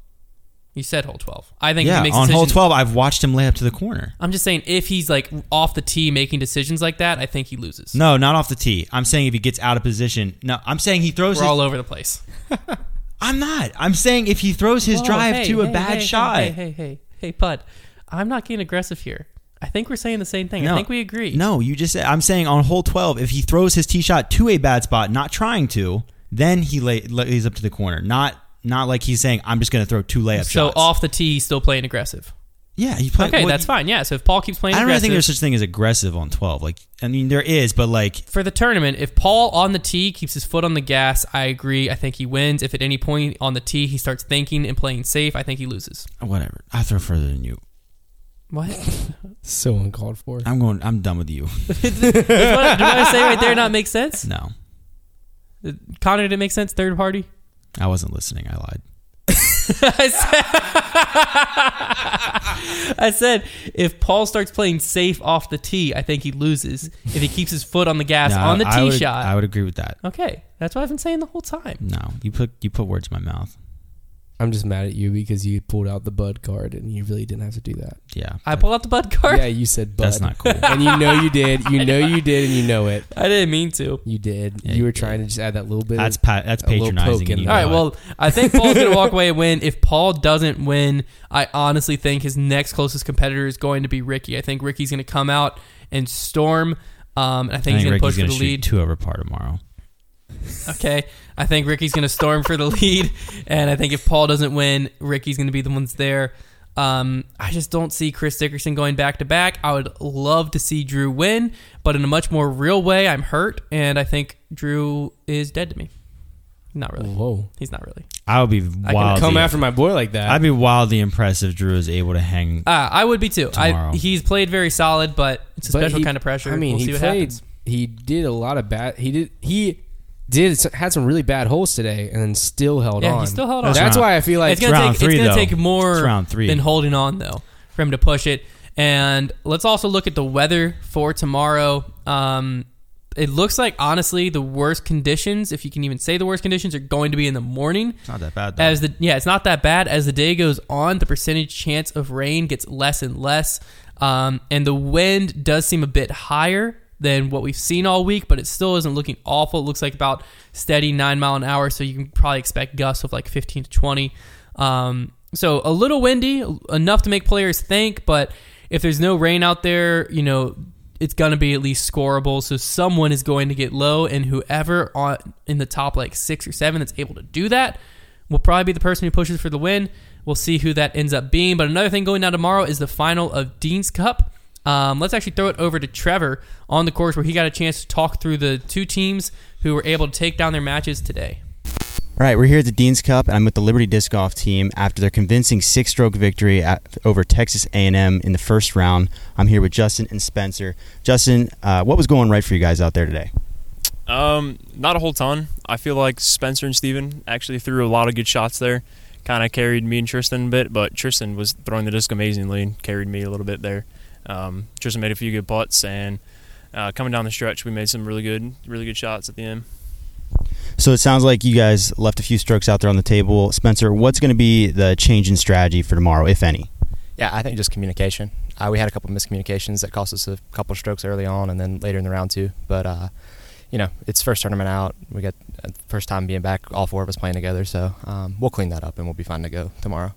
[SPEAKER 1] You said hole twelve. I think
[SPEAKER 3] Yeah,
[SPEAKER 1] he makes
[SPEAKER 3] on hole
[SPEAKER 1] decisions-
[SPEAKER 3] twelve, I've watched him lay up to the corner.
[SPEAKER 1] I'm just saying if he's like off the tee making decisions like that, I think he loses.
[SPEAKER 3] No, not off the tee. I'm saying if he gets out of position. No, I'm saying he throws.
[SPEAKER 1] We're
[SPEAKER 3] His,
[SPEAKER 1] all over the place.
[SPEAKER 3] I'm not. I'm saying if he throws his
[SPEAKER 1] Whoa,
[SPEAKER 3] drive
[SPEAKER 1] Oh, hey,
[SPEAKER 3] to a
[SPEAKER 1] hey,
[SPEAKER 3] bad
[SPEAKER 1] hey,
[SPEAKER 3] shot.
[SPEAKER 1] Hey, hey, hey, hey, Bud. I'm not getting aggressive here. I think we're saying the same thing. I think we agree.
[SPEAKER 3] No, you just said I'm saying on hole 12, if he throws his tee shot to a bad spot, not trying to, then he lay, lays up to the corner. Not not like he's saying I'm just going to throw two layup
[SPEAKER 1] So
[SPEAKER 3] shots.
[SPEAKER 1] off the tee, he's still playing aggressive.
[SPEAKER 3] yeah, he played.
[SPEAKER 1] Okay, that's fine. Yeah. So if Paul keeps playing,
[SPEAKER 3] I don't really
[SPEAKER 1] aggressive,
[SPEAKER 3] think there's such thing as aggressive on 12. Like I mean, there is, but like
[SPEAKER 1] for the tournament. If Paul on the tee keeps his foot on the gas, I agree. I think he wins. If at any point on the tee he starts thinking and playing safe, I think he loses.
[SPEAKER 3] whatever. I throw further than you.
[SPEAKER 1] What? (laughs) Does
[SPEAKER 2] So uncalled for.
[SPEAKER 3] I'm going. I'm done with you. (laughs)
[SPEAKER 1] what, did what I say right there not make sense?
[SPEAKER 3] no,
[SPEAKER 1] Connor, did it make sense? Third party. (laughs)
[SPEAKER 3] I wasn't listening. I lied.
[SPEAKER 1] I said, I said, (laughs) if Paul starts playing safe off the tee, I think he loses. If he keeps his foot on the gas
[SPEAKER 3] No,
[SPEAKER 1] on the
[SPEAKER 3] I
[SPEAKER 1] tee
[SPEAKER 3] would-
[SPEAKER 1] shot,
[SPEAKER 3] I would agree with that.
[SPEAKER 1] okay, that's what I've been saying the whole time.
[SPEAKER 3] No, you put you put words in my mouth.
[SPEAKER 2] I'm just mad at you because you pulled out the Bud card and you really didn't have to do that.
[SPEAKER 3] Yeah,
[SPEAKER 1] I pulled out the bud card.
[SPEAKER 2] Yeah, you said Bud.
[SPEAKER 3] that's not cool.
[SPEAKER 2] and you know you did. You know you did, and you know it.
[SPEAKER 1] (laughs) I didn't mean to.
[SPEAKER 2] You did.
[SPEAKER 3] Yeah,
[SPEAKER 2] you
[SPEAKER 3] you
[SPEAKER 2] were
[SPEAKER 3] did.
[SPEAKER 2] trying to just add that little bit.
[SPEAKER 3] that's
[SPEAKER 2] of,
[SPEAKER 3] pa- that's
[SPEAKER 2] A little poke
[SPEAKER 3] patronizing.
[SPEAKER 2] in
[SPEAKER 3] and you
[SPEAKER 2] the
[SPEAKER 1] All right.
[SPEAKER 3] know it.
[SPEAKER 1] Well, I think Paul's gonna
[SPEAKER 3] (laughs)
[SPEAKER 1] walk away and win. If Paul doesn't win, I honestly think his next closest competitor is going to be Ricky. I think Ricky's gonna come out and storm. Um, and I think, he's gonna
[SPEAKER 3] Ricky's
[SPEAKER 1] push for
[SPEAKER 3] gonna
[SPEAKER 1] the
[SPEAKER 3] shoot
[SPEAKER 1] lead.
[SPEAKER 3] two over par tomorrow.
[SPEAKER 1] (laughs) Okay, I think Ricky's gonna storm for the (laughs) lead, and I think if Paul doesn't win, Ricky's gonna be the ones there. Um, I just don't see Chris Dickerson going back to back. I would love to see Drew win, but in a much more real way. I'm hurt, and I think Drew is dead to me. Not really.
[SPEAKER 2] Whoa.
[SPEAKER 1] He's not really.
[SPEAKER 3] I would be wild.
[SPEAKER 2] Come after my boy like that.
[SPEAKER 3] I'd be wildly impressed if Drew is able to hang.
[SPEAKER 1] Uh, I would be too. I,
[SPEAKER 3] Tomorrow.
[SPEAKER 1] he's played very solid, but it's a
[SPEAKER 2] But
[SPEAKER 1] special
[SPEAKER 2] he-
[SPEAKER 1] kind of pressure.
[SPEAKER 2] I mean,
[SPEAKER 1] we'll
[SPEAKER 2] he
[SPEAKER 1] see what
[SPEAKER 2] played.
[SPEAKER 1] happens.
[SPEAKER 2] He did a lot of bad. He did. He did had some really bad holes today, and then still held
[SPEAKER 1] Yeah, he
[SPEAKER 2] on.
[SPEAKER 1] still held
[SPEAKER 2] That's
[SPEAKER 1] on.
[SPEAKER 3] That's
[SPEAKER 2] why
[SPEAKER 3] round-
[SPEAKER 2] I feel like
[SPEAKER 1] it's gonna
[SPEAKER 3] round
[SPEAKER 1] take
[SPEAKER 3] three,
[SPEAKER 1] it's gonna
[SPEAKER 3] though.
[SPEAKER 1] take more
[SPEAKER 3] It's round three.
[SPEAKER 1] than holding on though for him to push it. And let's also look at the weather for tomorrow. Um, it looks like honestly the worst conditions, if you can even say the worst conditions, are going to be in the morning.
[SPEAKER 3] It's not that bad. Though.
[SPEAKER 1] As the yeah, it's not that bad. As the day goes on, the percentage chance of rain gets less and less, um, and the wind does seem a bit higher than what we've seen all week. But it still isn't looking awful. It looks like about steady nine mile an hour, so you can probably expect gusts of like fifteen to twenty. Um, so a little windy, enough to make players think. But if there's no rain out there, you know it's going to be at least scoreable. So someone is going to get low, and whoever on in the top like six or seven that's able to do that will probably be the person who pushes for the win. We'll see who that ends up being. But another thing going down tomorrow is the final of Dean's Cup. Um, let's actually throw it over to Trevor on the course where he got a chance to talk through the two teams who were able to take down their matches today.
[SPEAKER 5] All right, we're here at the Dean's Cup, and I'm with the Liberty Disc Golf team after their convincing six-stroke victory at, over Texas A&M in the first round. I'm here with Justin and Spencer. Justin, uh, what was going right for you guys out there today?
[SPEAKER 6] Um, not a whole ton. I feel like Spencer and Steven actually threw a lot of good shots there. Kind of carried me and Tristan a bit, but Tristan was throwing the disc amazingly and carried me a little bit there. Um, Tristan made a few good putts, and uh, coming down the stretch, we made some really good, really good shots at the end.
[SPEAKER 5] So it sounds like you guys left a few strokes out there on the table. Spencer, what's going to be the change in strategy for tomorrow, if any?
[SPEAKER 7] Yeah, I think just communication. Uh, we had a couple miscommunications that cost us a couple strokes early on, and then later in the round too. But uh, you know, it's first tournament out. We got uh, first time being back, all four of us playing together. So um, we'll clean that up, and we'll be fine to go tomorrow.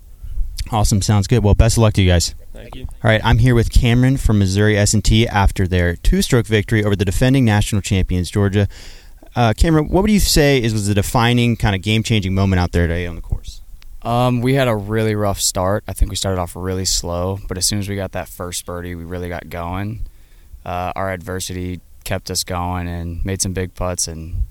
[SPEAKER 5] Awesome, sounds good. Well, best of luck to you guys.
[SPEAKER 6] Thank you.
[SPEAKER 5] All right, I'm here with Cameron from Missouri S&T after their two-stroke victory over the defending national champions Georgia. Uh, Cameron, what would you say is was the defining kind of game-changing moment out there today on the course?
[SPEAKER 8] Um, we had a really rough start. I think we started off really slow, but as soon as we got that first birdie, we really got going. Uh, our adversity kept us going and made some big putts and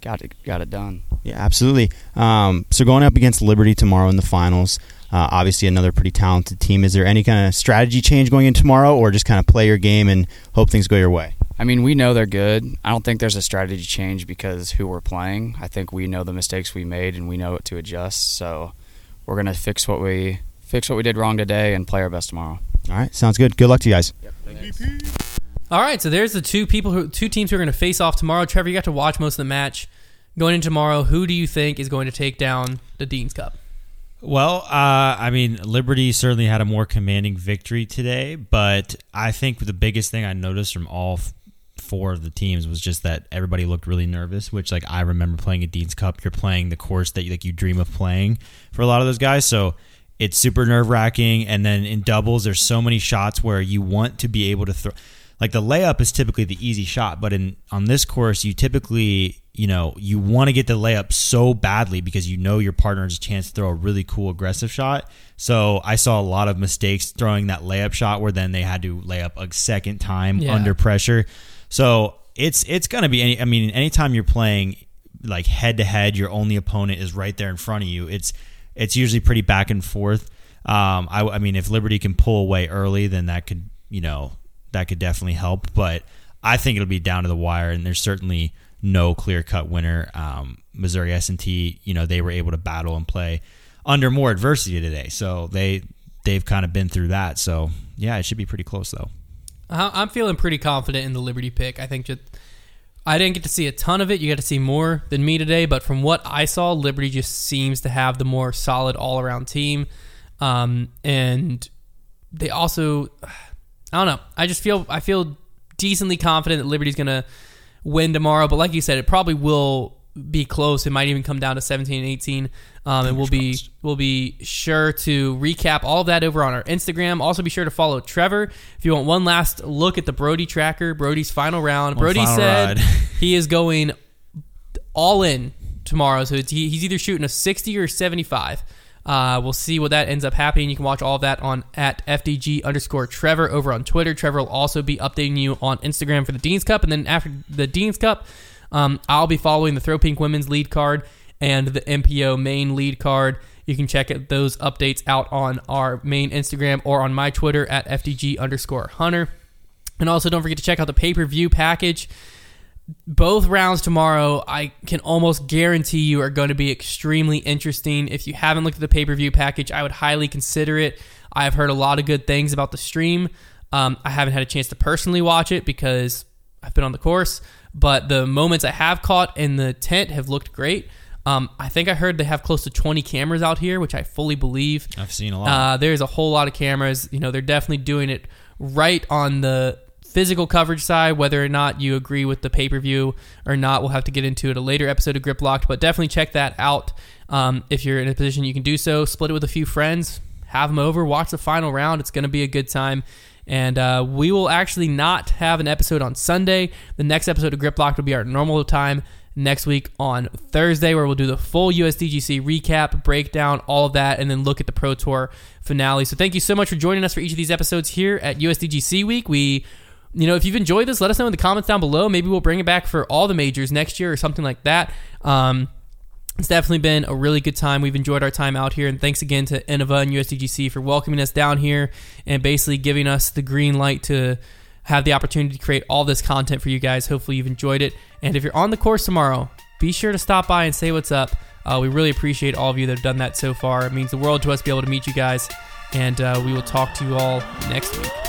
[SPEAKER 8] got it got it done.
[SPEAKER 5] Yeah, absolutely. Um, so going up against Liberty tomorrow in the finals, uh, obviously another pretty talented team. Is there any kind of strategy change going in tomorrow, or just kind of play your game and hope things go your way?
[SPEAKER 8] I mean, we know they're good. I don't think there's a strategy change because who we're playing. I think we know the mistakes we made and we know what to adjust. So we're gonna fix what we fix what we did wrong today and play our best tomorrow.
[SPEAKER 5] All right, sounds good. Good luck to you guys.
[SPEAKER 1] All right, so there's the two people who two teams who are going to face off tomorrow. Trevor, you got to watch most of the match. Going in tomorrow, who do you think is going to take down the Dean's Cup?
[SPEAKER 3] Well, uh, I mean, Liberty certainly had a more commanding victory today, but I think the biggest thing I noticed from all f- four of the teams was just that everybody looked really nervous. Which, like, I remember playing at Dean's Cup. You're playing the course that you, like you dream of playing for a lot of those guys, so it's super nerve wracking. And then in doubles, there's so many shots where you want to be able to throw. Like the layup is typically the easy shot, but in on this course, you typically you know you want to get the layup so badly because you know your partner has a chance to throw a really cool aggressive shot. So I saw a lot of mistakes throwing that layup shot where then they had to lay up a second time
[SPEAKER 1] Yeah.
[SPEAKER 3] under pressure. So it's it's gonna be any. I mean, anytime you're playing like head to head, your only opponent is right there in front of you. It's it's usually pretty back and forth. Um, I, I mean, if Liberty can pull away early, then that could you know that could definitely help. But I think it'll be down to the wire, and there's certainly no clear cut winner. Um, Missouri S and T, you know, they were able to battle and play under more adversity today, so they they've kind of been through that. So yeah, it should be pretty close though.
[SPEAKER 1] I- I'm feeling pretty confident in the Liberty pick. I think just I didn't get to see a ton of it. You got to see more than me today, but from what I saw, Liberty just seems to have the more solid all around team, um, and they also I don't know. I just feel I feel decently confident that Liberty's gonna win tomorrow. But like you said, it probably will be close. It might even come down to 17 and 18. Um, and we'll be we'll be sure to recap all of that over on our Instagram. Also, be sure to follow Trevor if you want one last look at the Brody tracker. Brody's final round.
[SPEAKER 3] One
[SPEAKER 1] Brody
[SPEAKER 3] final
[SPEAKER 1] said
[SPEAKER 3] ride.
[SPEAKER 1] he is going all in tomorrow. So it's, he, he's either shooting a 60 or 75. Uh, we'll see what that ends up happening. You can watch all of that on at FDG underscore Trevor over on Twitter. Trevor will also be updating you on Instagram for the Dean's Cup. And then after the Dean's Cup, um, I'll be following the Throw Pink Women's lead card and the MPO main lead card. You can check it- those updates out on our main Instagram or on my Twitter at FDG underscore Hunter. And also, don't forget to check out the pay per view package both rounds tomorrow, I can almost guarantee you are going to be extremely interesting. If you haven't looked at the pay per view package, I would highly consider it. I've heard a lot of good things about the stream. Um, I haven't had a chance to personally watch it because I've been on the course, but the moments I have caught in the tent have looked great. Um, I think I heard they have close to 20 cameras out here, which I fully believe.
[SPEAKER 3] I've seen a lot.
[SPEAKER 1] Uh, there's a whole lot of cameras. You know, they're definitely doing it right on the physical coverage side. Whether or not you agree with the pay per view or not, we'll have to get into it a later episode of Grip Locked. But definitely check that out um, if you're in a position you can do so. Split it with a few friends, have them over, watch the final round. It's going to be a good time. And uh, we will actually not have an episode on Sunday. The next episode of Grip Locked will be our normal time next week on Thursday, where we'll do the full USDGC recap, breakdown, all of that, and then look at the Pro Tour finale. So thank you so much for joining us for each of these episodes here at USDGC Week. We, you know, if you've enjoyed this, let us know in the comments down below. Maybe we'll bring it back for all the majors next year or something like that. Um, it's definitely been a really good time. We've enjoyed our time out here, and thanks again to Innova and USDGC for welcoming us down here and basically giving us the green light to have the opportunity to create all this content for you guys. Hopefully, you've enjoyed it. And if you're on the course tomorrow, be sure to stop by and say what's up. Uh, we really appreciate all of you that have done that so far. It means the world to us to be able to meet you guys, and uh, we will talk to you all next week.